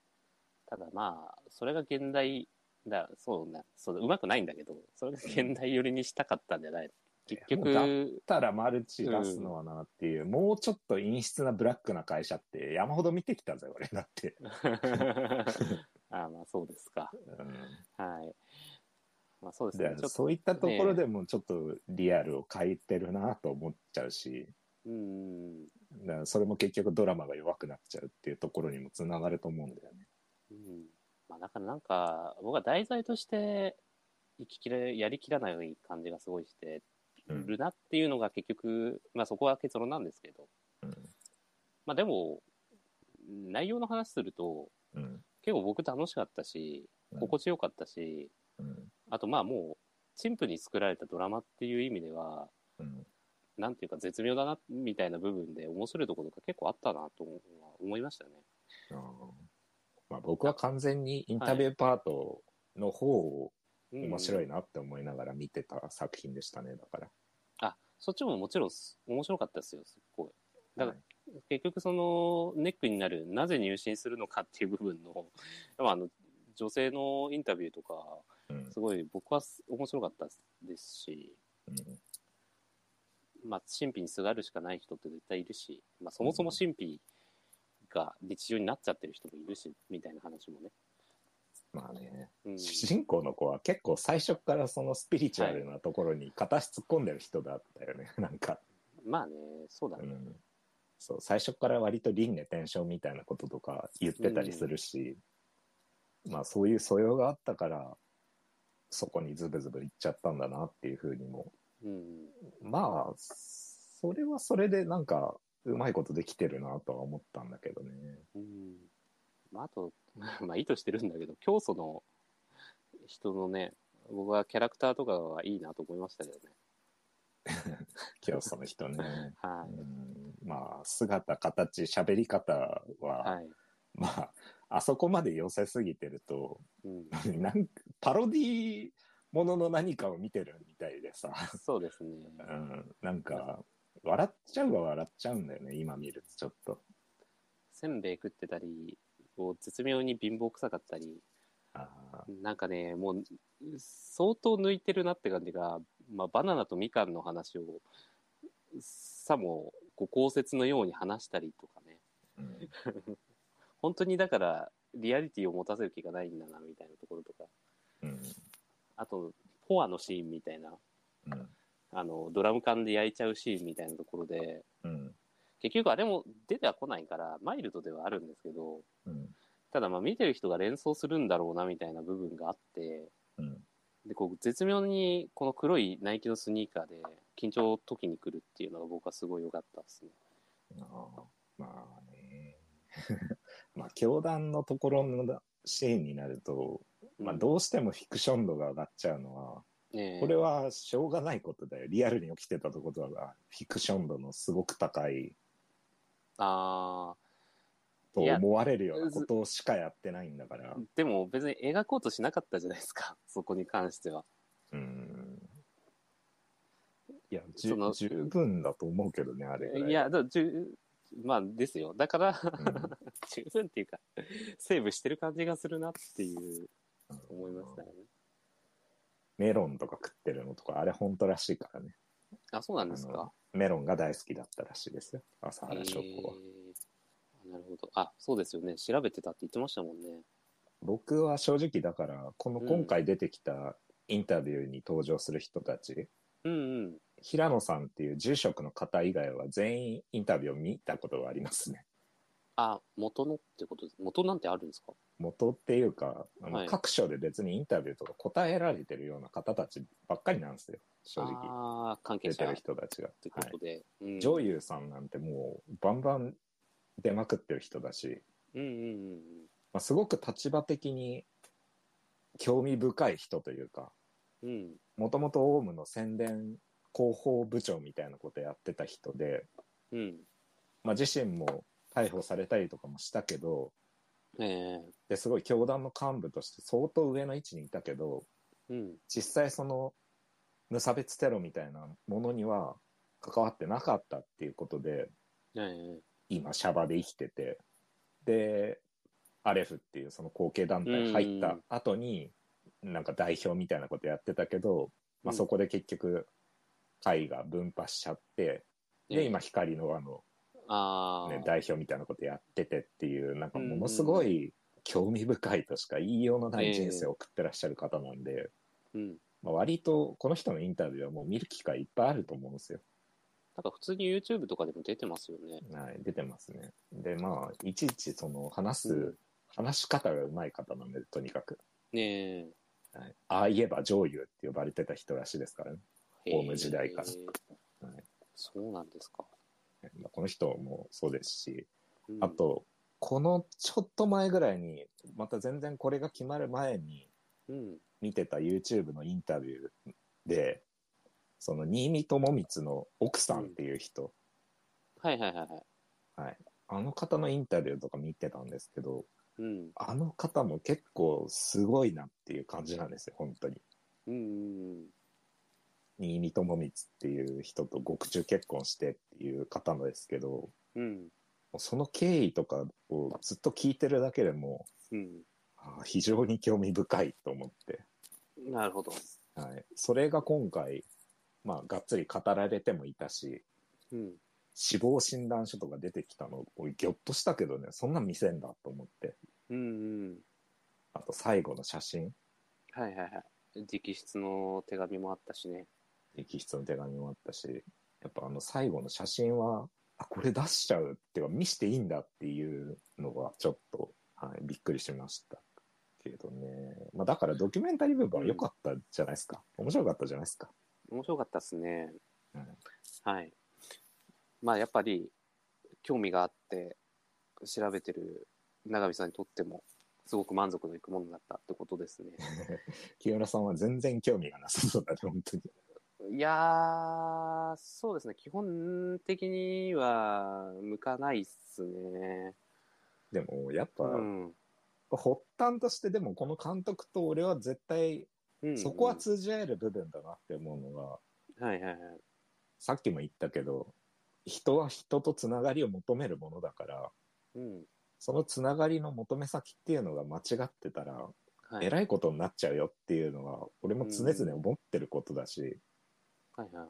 Speaker 6: ただまあ、それが現代だ、そうな、そう、うまくないんだけど、それが現代寄りにしたかったんじゃないの結
Speaker 5: いやもうだっ
Speaker 6: 局、
Speaker 5: たらマルチ出すのはなっていう、もうちょっと陰湿なブラックな会社って山ほど見てきたぜ俺だって。
Speaker 6: ああまあそうですか。
Speaker 5: う
Speaker 6: はい。まあそうで
Speaker 5: ん、
Speaker 6: すねち
Speaker 5: で。
Speaker 6: ょっと、
Speaker 5: そういったところでもちょっとリアルを変えてるなと思っちゃうし。
Speaker 6: うん。
Speaker 5: だからそれも結局ドラマが弱くなっちゃうっていうところにもつながると思うんだよね。
Speaker 6: うん。まあだからなんか、僕は題材として、生ききれ、やりきらない感じがすごいしてるなっていうのが結局、まあそこは結論なんですけど。
Speaker 5: うん
Speaker 6: まあでも、内容の話すると、
Speaker 5: うん
Speaker 6: 結構僕楽しかったし、
Speaker 5: うん
Speaker 6: 心地よかったし、
Speaker 5: うん
Speaker 6: あとまあもう、チンプに作られたドラマっていう意味では、
Speaker 5: うん
Speaker 6: なんていうか絶妙だな、みたいな部分で面白いところとか結構あったなと思うのは思いましたね。
Speaker 5: あーまあ、僕は完全にインタビューパートの方を
Speaker 6: うん
Speaker 5: 面白いなって思いながら見てた作品でしたねだから。
Speaker 6: あ、そっちももちろんす面白かったですよ、すっごい。だから
Speaker 5: はい
Speaker 6: 結局そのネックになる、なぜ入信するのかっていう部分の、でもあの、女性のインタビューとか、
Speaker 5: うん
Speaker 6: すごい僕はす面白かったですし、
Speaker 5: うん
Speaker 6: まあ、神秘にすがるしかない人って絶対いるし、まあ、そもそも神秘が日常になっちゃってる人もいるし、みたいな話もね。
Speaker 5: まあね、
Speaker 6: うん、
Speaker 5: 主人公の子は結構最初からそのスピリチュアルなところに片足突っ込んでる人だったよねなんか、
Speaker 6: まあね、そうだ
Speaker 5: う
Speaker 6: ね。
Speaker 5: ん、そう最初から割と輪廻転生みたいなこととか言ってたりするし、まあそういう素養があったからそこにズブズブいっちゃったんだなっていうふうにも
Speaker 6: うん。
Speaker 5: まあそれはそれでなんかうまいことできてるなとは思ったんだけどね。
Speaker 6: うん。まあ、あと、 まあ、意図してるんだけど、教祖の人のね、僕はキャラクターとかはいいなと思いましたけどね。。
Speaker 5: 今日その人ね
Speaker 6: は
Speaker 5: うんまあ姿形喋り方は、
Speaker 6: い。はい。
Speaker 5: まああそこまで寄せすぎてると
Speaker 6: うん、
Speaker 5: なんかパロディものの何かを見てるみたいでさ、
Speaker 6: そうですね。
Speaker 5: うん、なんか笑っちゃうは笑っちゃうんだよね今見るとちょっと
Speaker 6: せんべい食ってたり、こう絶妙に貧乏臭かったり、
Speaker 5: あ
Speaker 6: なんかね、もう、相当抜いてるなって感じが、まあ、バナナとみかんの話を、さも、こう、公説のように話したりとかね。
Speaker 5: ー、うん
Speaker 6: 本当にだから、リアリティを持たせる気がないんだな、みたいなところとか。
Speaker 5: うん
Speaker 6: あと、ポアのシーンみたいな、
Speaker 5: うん
Speaker 6: あの、ドラム缶で焼いちゃうシーンみたいなところで、
Speaker 5: うん
Speaker 6: 結局あれも出ては来ないから、マイルドではあるんですけど、
Speaker 5: うん
Speaker 6: ただまあ見てる人が連想するんだろうなみたいな部分があって、
Speaker 5: うん
Speaker 6: で、こう、絶妙にこの黒いナイキのスニーカーで緊張を解きに来るっていうのが僕はすごい良かったですね。
Speaker 5: あーまあね まあ教団のところのシーンになると、まあ、どうしてもフィクション度が上がっちゃうのは、
Speaker 6: うん、ねえ
Speaker 5: これはしょうがないことだよリアルに起きてたとことがフィクション度のすごく高い
Speaker 6: あ
Speaker 5: と思われるようなことしかやってないんだから
Speaker 6: あ、でも別に描こうとしなかったじゃないですか、 そこに関しては。
Speaker 5: うん。いや、じゅ
Speaker 6: その
Speaker 5: 十分だと思うけどね、あれぐらい。
Speaker 6: いや、だからじゅまあですよ。だから、
Speaker 5: ん
Speaker 6: 十分っていうか、セーブしてる感じがするなっていう思いましたよね。
Speaker 5: メロンとか食ってるのとか、あれ本当らしいからね。
Speaker 6: あ、そうなんですか。
Speaker 5: メロンが大好きだったらしいですよ、朝原翔子は。
Speaker 6: えーなるほど。あ、そうですよね。調べてたって言ってましたもんね。
Speaker 5: 僕は正直だから、この
Speaker 6: うん
Speaker 5: 今回出てきたインタビューに登場する人たち、
Speaker 6: うんうん。
Speaker 5: 平野さんっていう住職の方以外は全員インタビューを見たことがありますね。
Speaker 6: あ、元のってことです。元なんてあるんですか
Speaker 5: 元っていうか、あの
Speaker 6: はい
Speaker 5: 各所で別にインタビューとか答えられてるような方たちばっかりなんですよ、正直。
Speaker 6: ああ、関係
Speaker 5: 出
Speaker 6: 者
Speaker 5: て
Speaker 6: っ
Speaker 5: る人たちが。
Speaker 6: てことで。うん
Speaker 5: 女優さんなんてもうバンバン出まくってる人だし、
Speaker 6: うんうんうん
Speaker 5: まあ、すごく立場的に興味深い人というか
Speaker 6: うん。うん。
Speaker 5: もともとオウムの宣伝広報部長みたいなことやってた人で、
Speaker 6: うん。
Speaker 5: まあ、自身も逮捕されたりとかもしたけど
Speaker 6: ええ
Speaker 5: ですごい教団の幹部として相当上の位置にいたけど
Speaker 6: うん。
Speaker 5: 実際その無差別テロみたいなものには関わってなかったっていうことで
Speaker 6: ええ
Speaker 5: 今シャバで生きててでアレフっていうその後継団体入った後になんか代表みたいなことやってたけど、まあ、
Speaker 6: うん
Speaker 5: そこで結局会が分派しちゃって
Speaker 6: え
Speaker 5: で
Speaker 6: え
Speaker 5: 今光の輪の、
Speaker 6: ああ、
Speaker 5: ね、代表みたいなことやっててっていうなんかものすごい興味深いとしか言いようのない人生を送ってらっしゃる方なんで、
Speaker 6: うん。
Speaker 5: まあ、割とこの人のインタビューはもう見る機会いっぱいあると思うんですよ。
Speaker 6: なんか普通に YouTube とかでも出てますよね。
Speaker 5: はい、出てますね。で、まあ、いちいちその話す、
Speaker 6: うん
Speaker 5: 話し方がうまい方なんで、とにかく。
Speaker 6: ね
Speaker 5: はい、ああ言えば上優って呼ばれてた人らしいですからね。
Speaker 6: え。
Speaker 5: ホーム時代から
Speaker 6: へえ
Speaker 5: はい
Speaker 6: そうなんですか。
Speaker 5: まあこの人もそうですし、
Speaker 6: うん
Speaker 5: あ、と、このちょっと前ぐらいに、また全然これが決まる前に
Speaker 6: うん。
Speaker 5: 見てた YouTube のインタビューで、その新見智光の奥さんっていう人、
Speaker 6: はいはいはいはい。
Speaker 5: あの方のインタビューとか見てたんですけど、
Speaker 6: うん。
Speaker 5: あの方も結構すごいなっていう感じなんですよ、本当に。
Speaker 6: うんうんうん。
Speaker 5: 新見智光っていう人と獄中結婚してっていう方のですけども
Speaker 6: うん。
Speaker 5: うその経緯とかをずっと聞いてるだけでも
Speaker 6: うん。
Speaker 5: あー非常に興味深いと思って、
Speaker 6: なるほど。
Speaker 5: はい、それが今回、まあ、がっつり語られてもいたし
Speaker 6: うん。
Speaker 5: 死亡診断書とか出てきたの俺ギョッとしたけどねそんなん見せんだと思って
Speaker 6: うんうん。
Speaker 5: あと最後の写真
Speaker 6: はいはいはい。直筆の手紙もあったしね。
Speaker 5: 直筆の手紙もあったしやっぱあの最後の写真はあこれ出しちゃうっていうか見していいんだっていうのがちょっと、はい、びっくりしましたけどね、まあ、だからドキュメンタリー部分は良かったじゃないですか、面白かったじゃないですか
Speaker 6: 面白かったですね。
Speaker 5: うん
Speaker 6: はい。まあやっぱり、興味があって、調べてる永見さんにとっても、すごく満足のいくものだったってことですね。
Speaker 5: 清浦さんは全然興味がなさそうだね本当に
Speaker 6: いやー、そうですね。基本的には、向かないっすね。
Speaker 5: でもやっぱ、
Speaker 6: うん。
Speaker 5: 発端としてでもこの監督と俺は絶対
Speaker 6: うん
Speaker 5: そこは通じ合える部分だなって思うのが、
Speaker 6: はいはいはい。
Speaker 5: さっきも言ったけど人は人とつながりを求めるものだから、
Speaker 6: うん。
Speaker 5: そのつながりの求め先っていうのが間違ってたら、
Speaker 6: はい。
Speaker 5: え
Speaker 6: はい
Speaker 5: らいことになっちゃうよっていうのは、俺も常々思ってることだし、
Speaker 6: はいはい。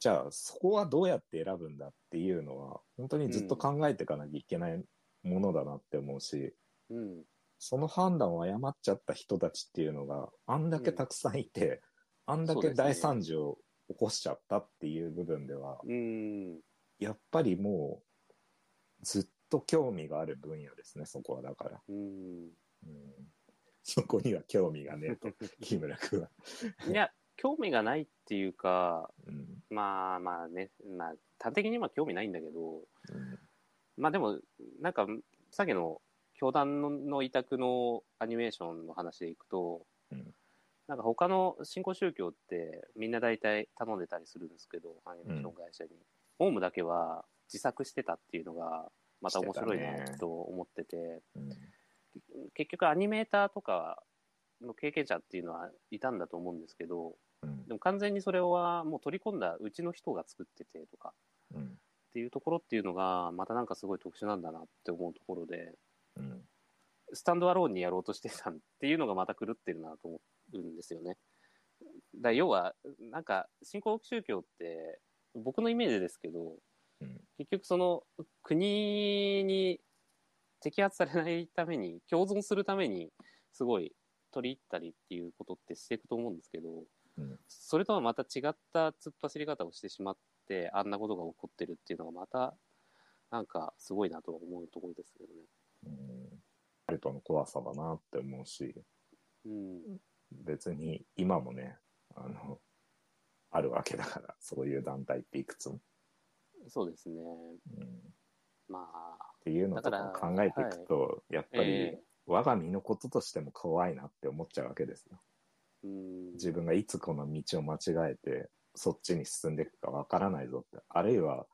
Speaker 5: じゃあそこはどうやって選ぶんだっていうのは、本当にずっと考えていかなきゃいけないものだなって思うし、
Speaker 6: うん。
Speaker 5: その判断を誤っちゃった人たちっていうのがあんだけたくさんいて、あんだ
Speaker 6: そう
Speaker 5: け
Speaker 6: ですね
Speaker 5: 大惨事を起こしちゃったっていう部分では、
Speaker 6: うん。
Speaker 5: やっぱりもうずっと興味がある分野ですね、そこはだから。
Speaker 6: うん。
Speaker 5: うんそこには興味がね えと、木村君は。
Speaker 6: いや、興味がないっていうか、
Speaker 5: うん
Speaker 6: まあまあね、まあ、端的には興味ないんだけど、
Speaker 5: うん
Speaker 6: まあでも、なんか、さっきの教団の委託のアニメーションの話でいくと、
Speaker 5: うん
Speaker 6: なんか他の新興宗教ってみんな大体頼んでたりするんですけど、アニメーション会社に。オウムだけは自作してたっていうのが、また面白い
Speaker 5: してた
Speaker 6: な
Speaker 5: ね
Speaker 6: と思ってて、
Speaker 5: うん
Speaker 6: 結局アニメーターとかの経験者っていうのはいたんだと思うんですけど、
Speaker 5: うん
Speaker 6: でも完全にそれはもう取り込んだうちの人が作っててとか
Speaker 5: うん
Speaker 6: っていうところっていうのがまたなんかすごい特殊なんだなって思うところで
Speaker 5: うん
Speaker 6: スタンドアローンにやろうとしてたっていうのがまた狂ってるなと思うんですよね。だから要はなんか新興宗教って僕のイメージですけど
Speaker 5: うん
Speaker 6: 結局その国に摘発されないために共存するためにすごい取り入ったりっていうことってしていくと思うんですけど、
Speaker 5: うん
Speaker 6: それとはまた違った突っ走り方をしてしまってあんなことが起こってるっていうのがまたなんかすごいなとは思うところですけどね。
Speaker 5: うん、ハルトの怖さだなって思うし、
Speaker 6: うん。
Speaker 5: 別に今もね、あの、あるわけだから、そういう団体っていくつも。
Speaker 6: そうですね。
Speaker 5: うん、っ
Speaker 6: まあ、
Speaker 5: ていうのと
Speaker 6: だ
Speaker 5: か
Speaker 6: から
Speaker 5: 考えていくと、やっぱり
Speaker 6: え
Speaker 5: 我が身のこととしても怖いなって思っちゃうわけですよ。
Speaker 6: えうん。
Speaker 5: 自分がいつこの道を間違えて、そっちに進んでいくかわからないぞって。あるいは、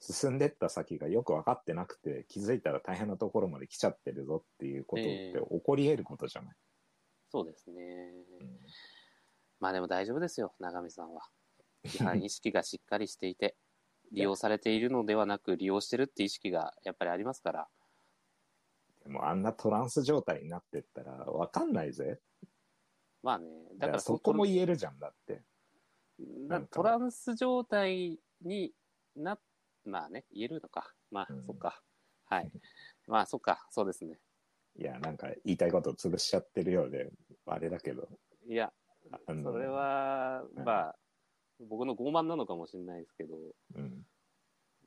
Speaker 5: 進んでった先がよく分かってなくて、気づいたら大変なところまで来ちゃってるぞっていうことっ
Speaker 6: ええ
Speaker 5: て起こり得ることじゃない。
Speaker 6: そうですね。
Speaker 5: うん
Speaker 6: まあでも大丈夫ですよ、長見さ んは。規範意識がしっかりしていて、利用されているのではなく、利用してるって意識がやっぱりありますから。
Speaker 5: でもあんなトランス状態になってったら分かんないぜ。
Speaker 6: まあね、だか
Speaker 5: だか
Speaker 6: らら
Speaker 5: そこも言えるじゃんだって。
Speaker 6: な
Speaker 5: な
Speaker 6: ん
Speaker 5: か
Speaker 6: トランス状態にな、まあね、言えるのか。まあ、
Speaker 5: うん
Speaker 6: そっか。はい。まあ、そっか、そうですね。
Speaker 5: いや、なんか言いたいことを潰しちゃってるようで、あれだけど。
Speaker 6: いや、
Speaker 5: あの
Speaker 6: それ、は、
Speaker 5: うん
Speaker 6: まあ、僕の傲慢なのかもしれないですけど、
Speaker 5: うん。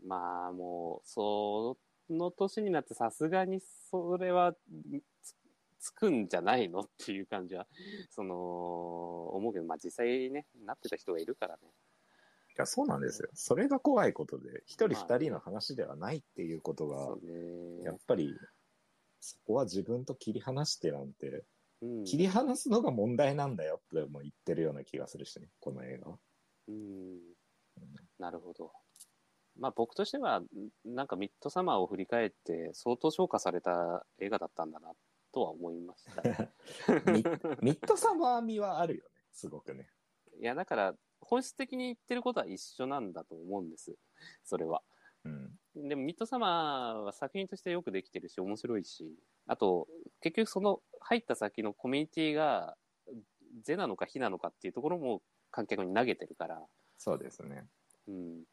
Speaker 6: まあ、もう、その年になってさすがにそれはつ、つくんじゃないのっていう感じは、その、思うけど、まあ実際ね、なってた人がいるからね。
Speaker 5: いや、そうなんですよ。それが怖いことで、一人
Speaker 6: まあ
Speaker 5: 二人の話ではないっていうこと
Speaker 6: そ
Speaker 5: が、
Speaker 6: うね。
Speaker 5: やっぱり、そこは自分と切り離してなんて、
Speaker 6: うん
Speaker 5: 切り離すのが問題なんだよっても言ってるような気がするしね、この映画は。
Speaker 6: うんなるほど。まあ僕としては、んなんかミッドサマーを振り返って、相当昇華された映画だったんだな、とは思いました ね。
Speaker 5: ミッミッドサマー味はあるよね、すごくね。
Speaker 6: いや、だから、本質的に言ってることは一緒なんだと思うんです。それは。
Speaker 5: うん。
Speaker 6: でも、ミッドサマーは作品としてよくできてるし、面白いし、あと、結局その入った先のコミュニティが、是なのか非なのかっていうところも観客に投げてるから、
Speaker 5: そうですね。
Speaker 6: うん、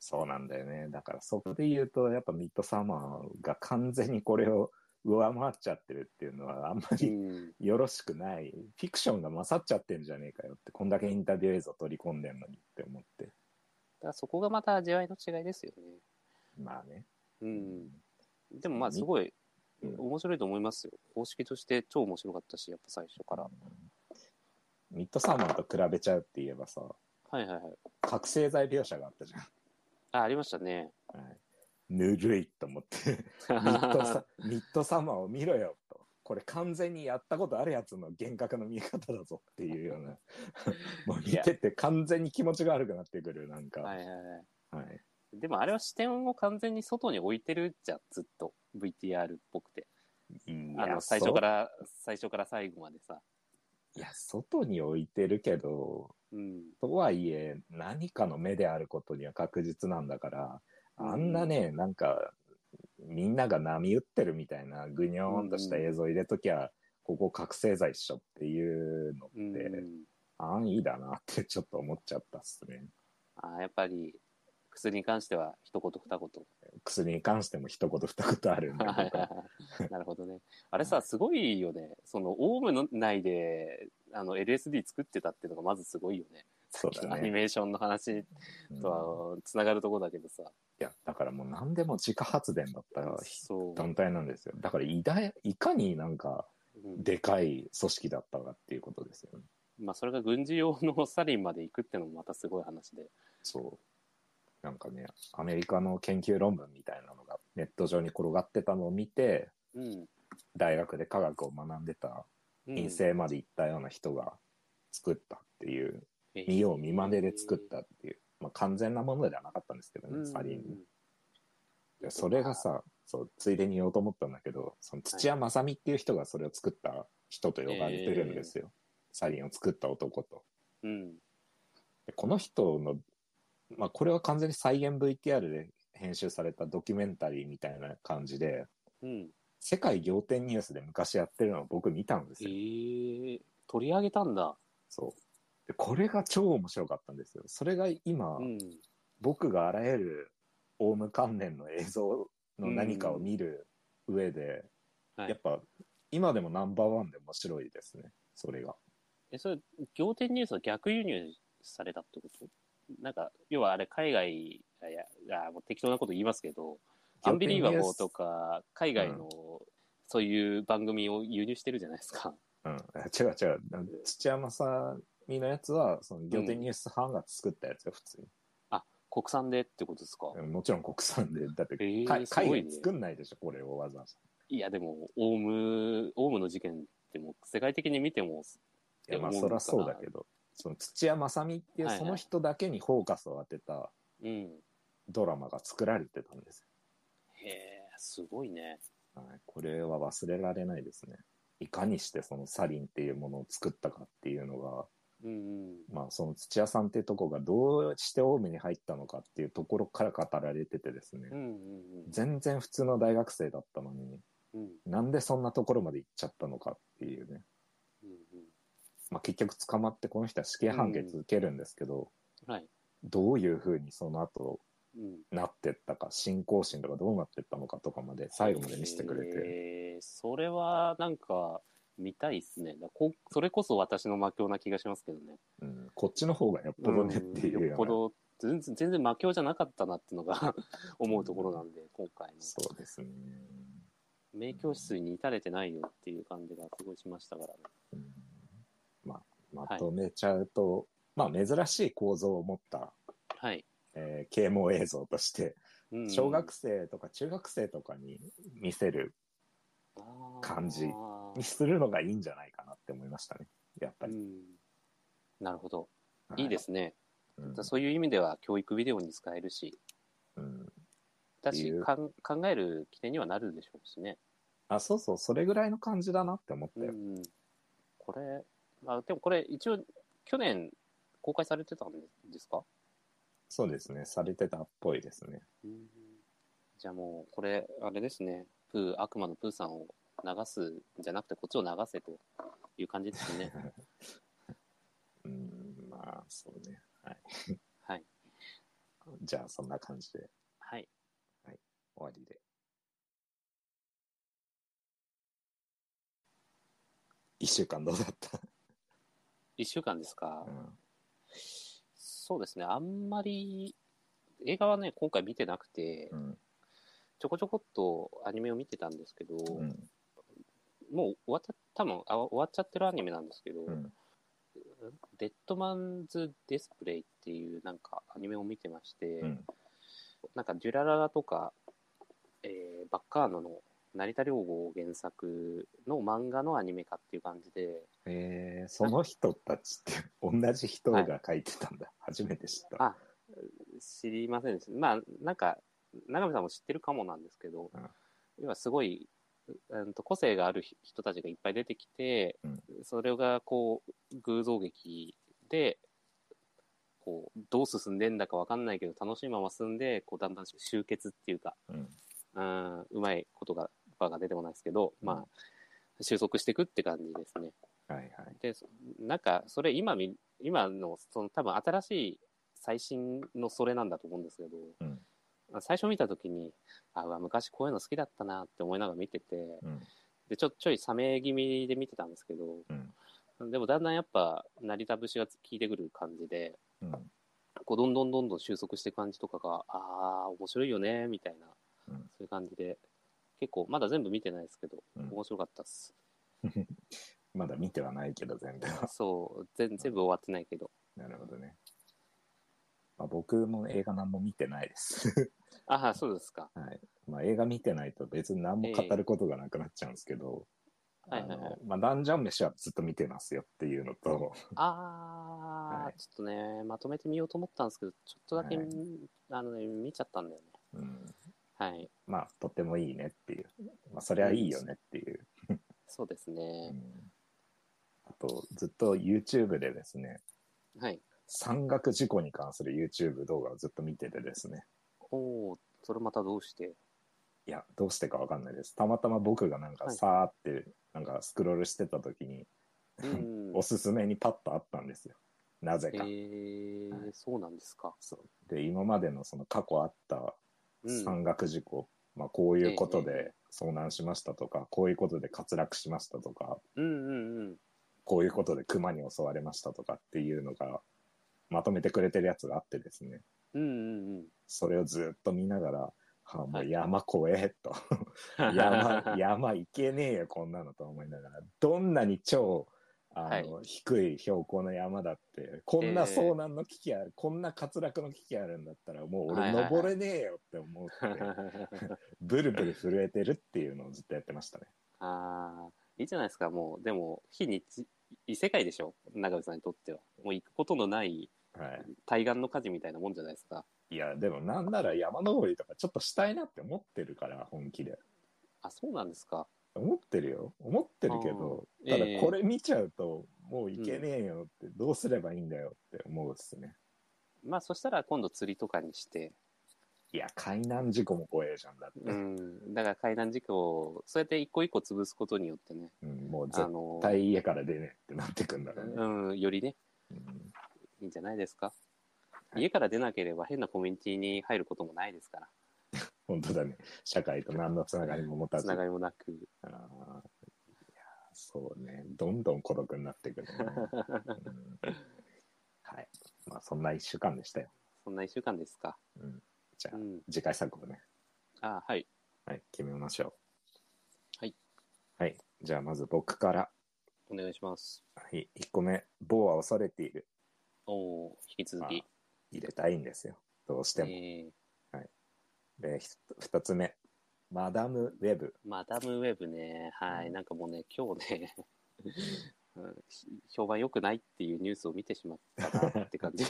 Speaker 5: そうなんだよね。だからそこで言うと、やっぱミッドサマーが完全にこれを上回っちゃってるっていうのはあんま
Speaker 6: う
Speaker 5: り
Speaker 6: ん、
Speaker 5: よろしくない。フィクションが勝っちゃってんじゃねえかよって、こんだけインタビュー映像取り込んでんのにって思って。
Speaker 6: だからそこがまた味わいの違いですよね。
Speaker 5: まあね。
Speaker 6: うん、でもまあすごい
Speaker 5: うん
Speaker 6: 面白いと思いますよ。公式として超面白かったし、やっぱ最初から。
Speaker 5: ミッドサマーと比べちゃうって言えばさ、
Speaker 6: はいはいはい。
Speaker 5: 覚醒剤描写があったじ
Speaker 6: あ、ありましたね。
Speaker 5: ゃん。はい、ぬるいと 思って。ミッドサミッドサマーを見ろよと。これ完全にやったことあるやつの幻覚の見え方だぞってい うような。もう見てて完全に気持ちが悪くなってくる、なん か。
Speaker 6: はい
Speaker 5: はい。
Speaker 6: はいはい。でもあれは視点を完全に外に置いてるじゃん、ずっと。VTR っぽくて。
Speaker 5: い
Speaker 6: あの、最初から、最初から最後までさ。
Speaker 5: いや、外に置いてるけど、
Speaker 6: うん。
Speaker 5: とはいえ、何かの目であることには確実なんだから、あんなね、なんか、みんなが波打ってるみたいな、ぐにょーんとした映像入れときゃ、ここ覚醒剤っしょっていうの
Speaker 6: うん
Speaker 5: って、安易だなってちょっと思っちゃったっすね。
Speaker 6: あやっぱり、薬に関しては一言二言。
Speaker 5: 薬に関しても一言二言あるんだけ ど、
Speaker 6: なるほどね。あれさ、すごいよね。その、オウムの内で、あの、LSD 作ってたっていうのがまずすごいよね。
Speaker 5: そうだね
Speaker 6: アニメーションの話
Speaker 5: うん
Speaker 6: とは、つながるとこだけどさ。
Speaker 5: いや、だからもう何でも自家発電だった
Speaker 6: そう。
Speaker 5: 団体なんですよ。だからいだいかになんか
Speaker 6: うん
Speaker 5: でかい組織だったかっていうことですよね。
Speaker 6: まあ、それが軍事用のサリンまで行くってのもまたすごい話で。
Speaker 5: そう。なんかね、アメリカの研究論文みたいなのがネット上に転がってたのを見て、
Speaker 6: うん。
Speaker 5: 大学で科学を学んでた
Speaker 6: うん
Speaker 5: 陰性まで行ったような人が作ったっていう、
Speaker 6: えー
Speaker 5: 見よう見まねで作ったっていう、まあ、完全なものではなかったんですけど
Speaker 6: う
Speaker 5: ね、
Speaker 6: ん
Speaker 5: サリンに。でそれがさ、そう、ついでに言おうと思ったんだけど、その土屋正美っていう人がそれを作った人と呼ばれてるんですよ。サリンを作った男と。
Speaker 6: うん。
Speaker 5: でこの人の、まあ、これは完全に再現 VTR で編集されたドキュメンタリーみたいな感じで、
Speaker 6: うん。
Speaker 5: 世界仰天ニュースで昔やってるのを僕見たんで
Speaker 6: え
Speaker 5: すよ。
Speaker 6: ー取り上げたんだ。
Speaker 5: そう。で、これが超面白かったんですよ。それが今、
Speaker 6: うん。
Speaker 5: 僕があらゆるオウム関連の映像の何かを見る上で、
Speaker 6: うんはい
Speaker 5: やっぱ今でもナンバーワンで面白いですね。それが。
Speaker 6: え、それ、仰天ニュースの逆輸入されたってことなんか、要はあれ、海外、いや、いやもう適当なこと言いますけど、アンビリーバボーとか、海外の、そういう番組を輸入してるじゃないですか。
Speaker 5: うん、違う違う。土屋正美のやつは、その、仰天ニュース班が作ったやつよ、普通に。
Speaker 6: 国産でってことですか。
Speaker 5: うんもちろん国産で。だって、
Speaker 6: えー
Speaker 5: 海
Speaker 6: すごいね
Speaker 5: 海外作んないでしょ、これをわざわざ。
Speaker 6: いや、でも、オウム、オウムの事件ってもう世界的に見ても、
Speaker 5: いや、まあ、
Speaker 6: 思う
Speaker 5: そ
Speaker 6: のか
Speaker 5: ら
Speaker 6: な
Speaker 5: そうだけど、その土屋正美っていう
Speaker 6: はいはい
Speaker 5: その人だけにフォーカスを当てた
Speaker 6: うん。
Speaker 5: ドラマが作られてたんです
Speaker 6: へえ、すごいね。
Speaker 5: よ。はい、これは忘れられないですね。いかにしてそのサリンっていうものを作ったかっていうのが、
Speaker 6: うん、うん。
Speaker 5: まあ、その土屋さんってとこがどうしてオウムに入ったのかっていうところから語られててですね
Speaker 6: う、んうんうん
Speaker 5: 全然普通の大学生だったのに、
Speaker 6: うんうん
Speaker 5: なんでそんなところまで行っちゃったのかっていうね。
Speaker 6: うん
Speaker 5: まあ、結局捕まってこの人は死刑判決受けるんですけど、
Speaker 6: はい。
Speaker 5: どういうふうにその後
Speaker 6: うん。
Speaker 5: なってったか信仰心とかどうなってったのかとかまで最後まで見せてくれて、
Speaker 6: えーそれはなんか見たいっすね。だこそれこそ私の魔境な気がしますけどね。
Speaker 5: うん、こっちの方がよっぽどねっていう
Speaker 6: うん
Speaker 5: ような
Speaker 6: よっぽど全然全然魔境じゃなかったなっていうのが 思うところなんで、今回の。
Speaker 5: そうですね、
Speaker 6: 名教室に至れてないよっていう感じがすごいしましたからね。
Speaker 5: うんまあ、まとめちゃうと、まあ珍しい構造を持った、
Speaker 6: はい。
Speaker 5: えー啓蒙映像として
Speaker 6: うん
Speaker 5: 小学生とか中学生とかに見せる、感じ
Speaker 6: あー
Speaker 5: にするのがいいんじゃないかなって思いましたねやっぱ
Speaker 6: う
Speaker 5: り、
Speaker 6: んなるほど。
Speaker 5: はい
Speaker 6: いですね。
Speaker 5: うん
Speaker 6: そういう意味では教育ビデオに使えるし、
Speaker 5: うん
Speaker 6: だ
Speaker 5: って
Speaker 6: し
Speaker 5: いう
Speaker 6: かん考える起点にはなるでしょうしね。
Speaker 5: あそうそうそれぐらいの感じだなって思っ
Speaker 6: う
Speaker 5: たよ、
Speaker 6: ん、これあ、でもこれ、一応、去年公開されてたんですか、
Speaker 5: そうですねされてたっぽいですね
Speaker 6: じゃあもう、これ、あれですね、プー、悪魔のプーさんを流すんじゃなくて、こっちを流せという感じです ね。
Speaker 5: うんまあそうね はい
Speaker 6: はい。
Speaker 5: じゃあそんな感じで
Speaker 6: はい。
Speaker 5: 終わりで一週間どうだった、
Speaker 6: 1週間ですか、
Speaker 5: うん
Speaker 6: そうですね、あんまり、映画はね、今回見てなくて、
Speaker 5: うん
Speaker 6: ちょこちょこっとアニメを見てたんですけど、
Speaker 5: うん
Speaker 6: もう終わった、多分あ終わっちゃってるアニメなんですけど、
Speaker 5: うん
Speaker 6: デッドマンズ・ディスプレイっていうなんかアニメを見てまして、
Speaker 5: うん
Speaker 6: なんかデュラララとか、えーバッカーノの成田良吾原作の漫画のアニメ化っていう感じで、
Speaker 5: えー、その人たちって同じ人が書いてたんだ、初めて知った
Speaker 6: あ知りませんでした。まあなんか、長見さんも知ってるかもなんですけど、
Speaker 5: うん
Speaker 6: 要はすごい、うん、と個性があるひ人たちがいっぱい出てきて、
Speaker 5: うん
Speaker 6: それがこう偶像劇でこうどう進んでんだかわかんないけど楽しいまま進んでこうだんだん集結っていうか
Speaker 5: うん
Speaker 6: うんうまいことがバーが出てこないですけど、
Speaker 5: うん
Speaker 6: まあ収束していくって感じですね。
Speaker 5: はいはい
Speaker 6: でそなんかそれ今み今のその多分新しい最新のそれなんだと思うんですけど、
Speaker 5: うん
Speaker 6: 最初見た時にあうわ昔こういうの好きだったなって思いながら見てて
Speaker 5: うん
Speaker 6: でちょちょい冷め気味で見てたんですけど、でもだんだんやっぱ成田節が効いてくる感じで
Speaker 5: うん
Speaker 6: こうどんどんどんどん収束していく感じとかがああ面白いよねみたいな、
Speaker 5: うん
Speaker 6: そういう感じで結構まだ全部見てないですけど、
Speaker 5: うん
Speaker 6: 面白かったっす
Speaker 5: まだ見てはないけど全部
Speaker 6: そう全全部終わってないけど
Speaker 5: なるほどね、まあ、僕も映画何も見てないです、
Speaker 6: ああそうですか
Speaker 5: はいまあ、映画見てないと別に何も語ることがなくなっちゃうんですけど、
Speaker 6: は
Speaker 5: あ
Speaker 6: いはいはい
Speaker 5: の、まあ、ダンジョン飯はずっと見てますよっていうのと、
Speaker 6: あー、
Speaker 5: はい
Speaker 6: ちょっとね、まとめてみようと思ったんですけど、ちょっとだけ、
Speaker 5: はい
Speaker 6: あのね、見ちゃったんだよね。
Speaker 5: うん、
Speaker 6: はい。
Speaker 5: まあ、とてもいいねっていう。まあ、それはいいよねっていう。
Speaker 6: そうです
Speaker 5: う
Speaker 6: ね。
Speaker 5: んあと、ずっと YouTube でですね、
Speaker 6: はい。
Speaker 5: 山岳事故に関する YouTube 動画をずっと見ててですね、
Speaker 6: おー、それまたどうして。
Speaker 5: いや、どうしてかわかんないです。たまたま僕がなんか
Speaker 6: はい
Speaker 5: さーって、なんかスクロールしてた時に、
Speaker 6: うん。
Speaker 5: おすすめにパッとあったんですよ。なぜ
Speaker 6: え
Speaker 5: か。
Speaker 6: ー、
Speaker 5: はい
Speaker 6: そうなんですか。
Speaker 5: そうで、今までのその過去あった
Speaker 6: うん。
Speaker 5: 山岳事故、まあ、こういうこと
Speaker 6: ええ
Speaker 5: で遭難しましたとか、こういうことで滑落しましたとか
Speaker 6: うんうんうん。
Speaker 5: こういうことで熊に襲われましたとかっていうのがまとめてくれてるやつがあってですね
Speaker 6: うんうんうん。
Speaker 5: それをずっと見ながらはあ、もう山怖えと。 山、山行けねえよ、こんなのと思いながら。どんなに超、あの、低い標高の山だって、こんな遭難の危機ある、こんな滑落の危機あるんだったら、もう
Speaker 6: は
Speaker 5: 俺
Speaker 6: いはいはい
Speaker 5: 登れねえよって思って、 ブルブル震えてるっていうのをずっとやってましたね。
Speaker 6: ああ、いいじゃないですか、もう、でも、非日、異世界でしょ、長渕さんにとっては。もう行くことのない
Speaker 5: はい。
Speaker 6: 対岸の火事みたいなもんじゃないですか。
Speaker 5: いや、でもなんなら山登りとかちょっとしたいなって思ってるから、本気で。
Speaker 6: あ、そうなんですか。
Speaker 5: 思ってるよ。思ってるけど、
Speaker 6: あー
Speaker 5: ただ
Speaker 6: ええ
Speaker 5: これ見ちゃうと、もう行けねえよって、どうすればいいんだよって思うっすね。
Speaker 6: まあ、そしたら今度釣りとかにして、
Speaker 5: いや、海難事故も怖えじゃんだって。
Speaker 6: うん、だから海難事故を、そうやって一個一個潰すことによってね、
Speaker 5: うん、もう
Speaker 6: あ
Speaker 5: 絶
Speaker 6: の、
Speaker 5: 対家から出ねえってなってくんだろうね。
Speaker 6: うん、よりね、
Speaker 5: うん
Speaker 6: いいんじゃないですか。
Speaker 5: はい
Speaker 6: 家から出なければ変なコミュニティに入ることもないですから、
Speaker 5: 本当だね。社会と何のつながりも持た
Speaker 6: つ
Speaker 5: ず。
Speaker 6: な
Speaker 5: あ
Speaker 6: がりもなく。
Speaker 5: ーいやそうね。どんどん孤独になってくるね、うんはい。まあ、そんな一週間でしたよ。
Speaker 6: そんな一週間ですか。
Speaker 5: うん、じゃ
Speaker 6: う
Speaker 5: あ、
Speaker 6: ん。
Speaker 5: 次回作をね、
Speaker 6: あはい。
Speaker 5: はい、決めましょう。
Speaker 6: はい。
Speaker 5: はい。じゃあ、まず僕から。
Speaker 6: お願いします。
Speaker 5: はい。1個目。棒は恐れている。
Speaker 6: おお引き続き。
Speaker 5: 入れたいんですよ。どうしても。
Speaker 6: えー
Speaker 5: で、ひ二つ目。マダムウェブ。
Speaker 6: マダムウェブね、はい、なんかもうね、今日ね、 うん評判良くないっていうニュースを見てしまったなって感じ。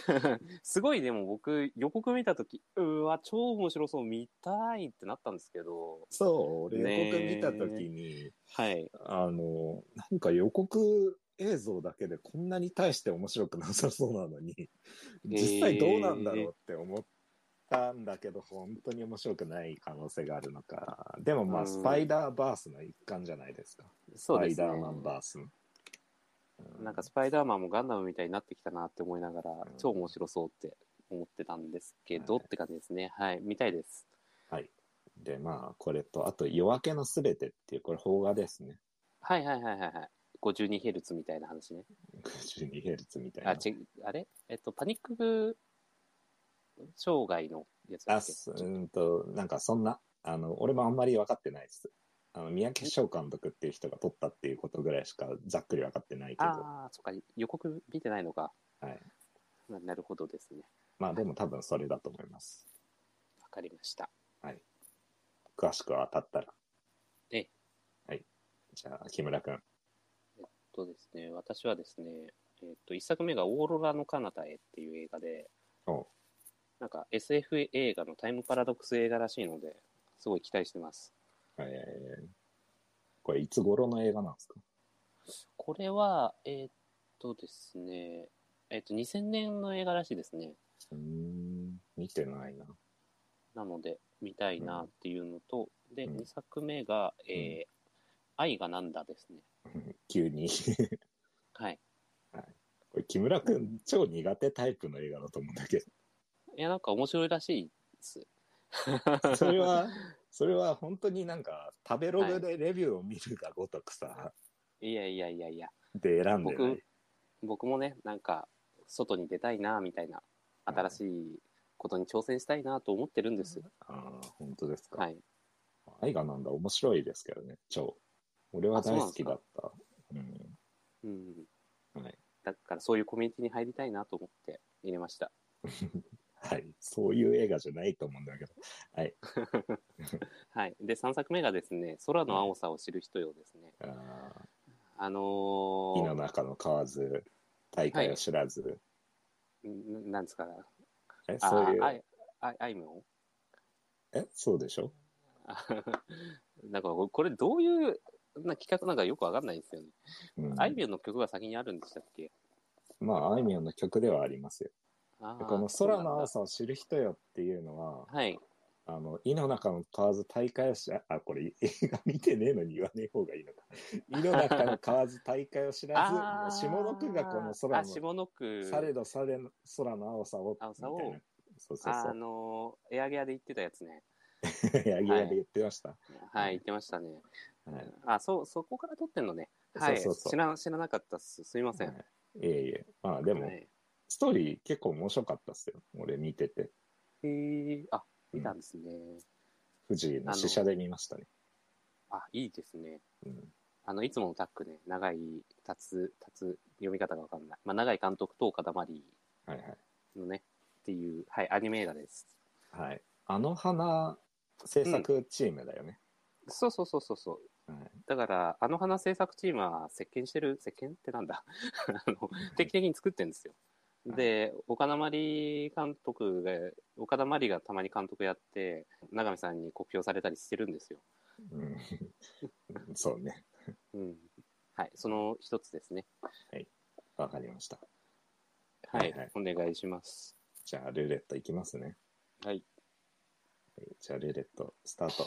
Speaker 6: すごいでも僕、予告見たとき、うわ、超面白そう、見たいってなったんですけど、
Speaker 5: そう、俺
Speaker 6: ね
Speaker 5: 予告見たときに、
Speaker 6: はい。
Speaker 5: あの、なんか予告映像だけでこんなに大して面白くなさそうなのに、実際どうなんだろうって思ったんだけど、本当に面白くない可能性があるのか。でもま
Speaker 6: う
Speaker 5: あ、
Speaker 6: ん
Speaker 5: スパイダーバースの一環じゃないですか。
Speaker 6: そうで
Speaker 5: ス
Speaker 6: す
Speaker 5: パイ
Speaker 6: ね
Speaker 5: ダーマンバースの。う
Speaker 6: なんかスパイダーマンもガンダムみたいになってきたなって思いながら、
Speaker 5: ん
Speaker 6: 超面白そうって思ってたんですけど、
Speaker 5: はい
Speaker 6: って感じですね。はい、見たいです。
Speaker 5: で、まあ、これと、あと、夜明けのすべてっていう、これ、邦画ですね。
Speaker 6: はいはいはいはいはい。52Hz みたいな話ね。
Speaker 5: 12Hz みたいな。
Speaker 6: あ、ちあれえっと、パニック障害のやつだ
Speaker 5: あ
Speaker 6: っけ
Speaker 5: すうんと、なんかそんな、あの、俺もあんまり分かってないです。あの、三宅翔監督っていう人が撮ったっていうことぐらいしかざっくり分かってないけど、
Speaker 6: ああ、そっか、予告見てないのか。
Speaker 5: はい。
Speaker 6: ななるほどですね。
Speaker 5: まあでも多分それだと思います。
Speaker 6: わかりました。
Speaker 5: 詳しくは当たったら。
Speaker 6: ええ
Speaker 5: はい。じゃあ、木村くん。
Speaker 6: とですね、私はですね、えっと、一作目がオーロラの彼方へっていう映画で
Speaker 5: おう、
Speaker 6: なんか SF 映画のタイムパラドックス映画らしいので、すごい期待してます。
Speaker 5: えーこれいつ頃の映画なんですか
Speaker 6: これは、えっとですね、えっと、2000年の映画らしいですね。
Speaker 5: うーん、見てない な。
Speaker 6: なので見たいなっていうのと、で、
Speaker 5: うん
Speaker 6: 2作目が、えー愛がなんだ」ですね
Speaker 5: 急に。
Speaker 6: はい
Speaker 5: これ木村くん超苦手タイプの映画だと思うんだけ
Speaker 6: いやなんか面白いらしいです
Speaker 5: ど、 それは、それは本当になんか食べログでレビューを見るがごとくさ、
Speaker 6: いやいやいやいや
Speaker 5: で選んでない
Speaker 6: 僕僕もねなんか外に出たいなみたいな新しいことに挑戦したいなと思ってるんです、
Speaker 5: ああ本当ですか、
Speaker 6: はい
Speaker 5: 愛がなんだ面白いですけどね超俺は大好きだったうん
Speaker 6: うん
Speaker 5: はい
Speaker 6: だからそういうコミュニティに入りたいなと思って入れました
Speaker 5: はいそういう映画じゃないと思うんだけど
Speaker 6: はいで3作目がですね「空の青さを知る人よ」ですね、
Speaker 5: あ
Speaker 6: あの
Speaker 5: ー
Speaker 6: ー
Speaker 5: 井の中の買わず大会を知らず、
Speaker 6: んなんですか
Speaker 5: え
Speaker 6: あ
Speaker 5: そうい
Speaker 6: ーあ
Speaker 5: う
Speaker 6: いあいあいみょん
Speaker 5: えそうでしょ
Speaker 6: あなんかこれどういうな企画なんかよくわかんないんですよね。
Speaker 5: うん
Speaker 6: あいみょんの曲が先にあるんでしたっけ
Speaker 5: まああいみょんの曲ではありますよ
Speaker 6: あー
Speaker 5: この「空の青
Speaker 6: そ
Speaker 5: さを知る人よ」っていうのは
Speaker 6: うなんだはい。
Speaker 5: あの井の中の蛙大会を知らあこれ映画見てねえのに言わねえ方がいい のか井の中の蛙大会を知らずもう下の句がこの
Speaker 6: あ
Speaker 5: 空の
Speaker 6: 下の句。
Speaker 5: されどされの空の青さを
Speaker 6: 青さを
Speaker 5: みたいなそうそう
Speaker 6: あのエアギアで言ってたやつね。
Speaker 5: そうヤギヤで言ってました、
Speaker 6: はい、言ってましたね。
Speaker 5: はい
Speaker 6: あ、そう、そこから撮ってんのね。はい。
Speaker 5: そうそうそう
Speaker 6: 知ら知らなかったっす。すいません。
Speaker 5: はいいえいえまあでも、
Speaker 6: はい
Speaker 5: ストーリー結構面白かったっすよ俺見てて
Speaker 6: へえ、あ、見たんですね。
Speaker 5: 富士の試写で見ましたね。
Speaker 6: あ、いいですね。
Speaker 5: うん
Speaker 6: あの、いつものタックね、長い、立つ、立つ、読み方がわかんない。まあ、長い監督と岡田まり
Speaker 5: はいはい。
Speaker 6: のね、っていう、はい、アニメ映画です。
Speaker 5: はい。あの花制作チームだよね。
Speaker 6: そうそうそうそうそう。
Speaker 5: はい
Speaker 6: だから、あの花制作チームは、席巻してる、石鹸ってなんだ あの定期的に作ってるんですよ。で、岡田まり監督が、岡田まりがたまに監督やって、永見さんに酷評されたりしてるんですよ。
Speaker 5: うん、 そうね。
Speaker 6: うん。はい、その一つですね。
Speaker 5: わかりました。
Speaker 6: はい、
Speaker 5: はい
Speaker 6: お願いします。
Speaker 5: じゃあ、ルーレットいきますね。
Speaker 6: はい。
Speaker 5: はいじゃあ、ルーレットスタート。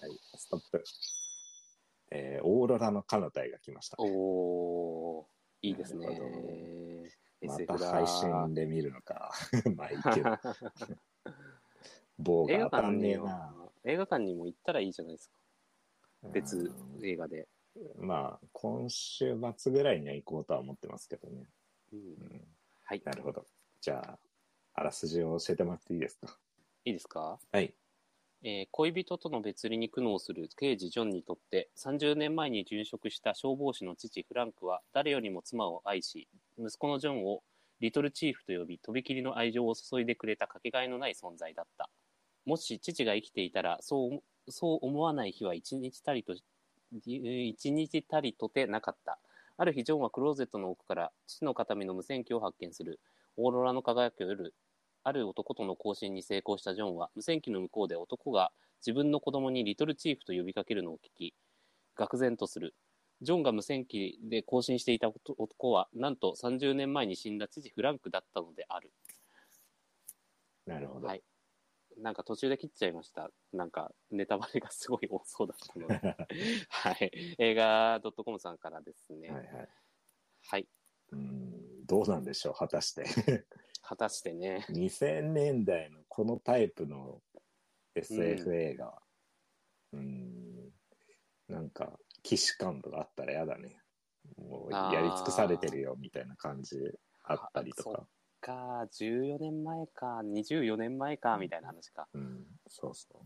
Speaker 5: はい、ストップ。えー、オーロラの彼方へが来ました。
Speaker 6: おー、いいですね
Speaker 5: なるほど。ま
Speaker 6: SF
Speaker 5: た
Speaker 6: だ
Speaker 5: 配信で見るのか。 まあ、いいけ ど。棒
Speaker 6: 映
Speaker 5: が
Speaker 6: 画
Speaker 5: 当た
Speaker 6: 館
Speaker 5: んねえ
Speaker 6: に
Speaker 5: な。
Speaker 6: も映画館にも行ったらいいじゃないですか。別
Speaker 5: うん
Speaker 6: 映画で。
Speaker 5: まあ、今週末ぐらいには行こうとは思ってますけどね。
Speaker 6: うん
Speaker 5: うん
Speaker 6: はい。
Speaker 5: なるほど。じゃあ、あらすじを教えてもらっていいですか。
Speaker 6: いいですか
Speaker 5: はい。
Speaker 6: えー恋人との別離に苦悩する刑事ジョンにとって30年前に殉職した消防士の父フランクは誰よりも妻を愛し息子のジョンをリトルチーフと呼びとびきりの愛情を注いでくれたかけがえのない存在だったもし父が生きていたらそう思そう思わない日は一日たりと一日たりとてなかったある日ジョンはクローゼットの奥から父の形見の無線機を発見するオーロラの輝く夜ある男との交信に成功したジョンは無線機の向こうで男が自分の子供にリトルチーフと呼びかけるのを聞き愕然とするジョンが無線機で交信していた男はなんと30年前に死んだ知事フランクだったのである
Speaker 5: なるほど。
Speaker 6: はいなんか途中で切っちゃいましたなんかネタバレがすごい多そうだったの ではい映画 .com さんからですね
Speaker 5: はい
Speaker 6: は、
Speaker 5: はいい。うん、どうなんでしょう、果たして。
Speaker 6: 果たしてね
Speaker 5: 2000年代のこのタイプの SF 映画は、うん、なんか、既視感度があったら嫌だね。もう、
Speaker 6: あー
Speaker 5: やり尽くされてるよ、みたいな感じあったり
Speaker 6: あ
Speaker 5: と
Speaker 6: そ
Speaker 5: か。
Speaker 6: か14年前か24年前かみたいな話か
Speaker 5: うん、そうそ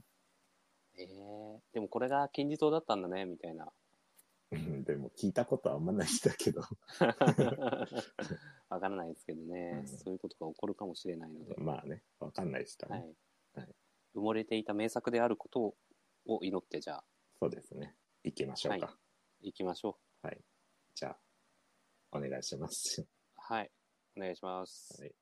Speaker 6: えー、でもこれが金字塔だったんだねみたいな
Speaker 5: う。うんでも、聞いたことあんまないんだけど。
Speaker 6: わからないですけどね、
Speaker 5: うん
Speaker 6: そういうことが起こるかもしれないので、
Speaker 5: まあね、わかんないですから
Speaker 6: は
Speaker 5: ね。
Speaker 6: い
Speaker 5: はい
Speaker 6: 埋もれていた名作であることをを祈ってじゃあ
Speaker 5: そうですね。行きましょうか。
Speaker 6: はい行きましょ
Speaker 5: じゃあ、お願いします。
Speaker 6: うはいお願いします、
Speaker 5: はい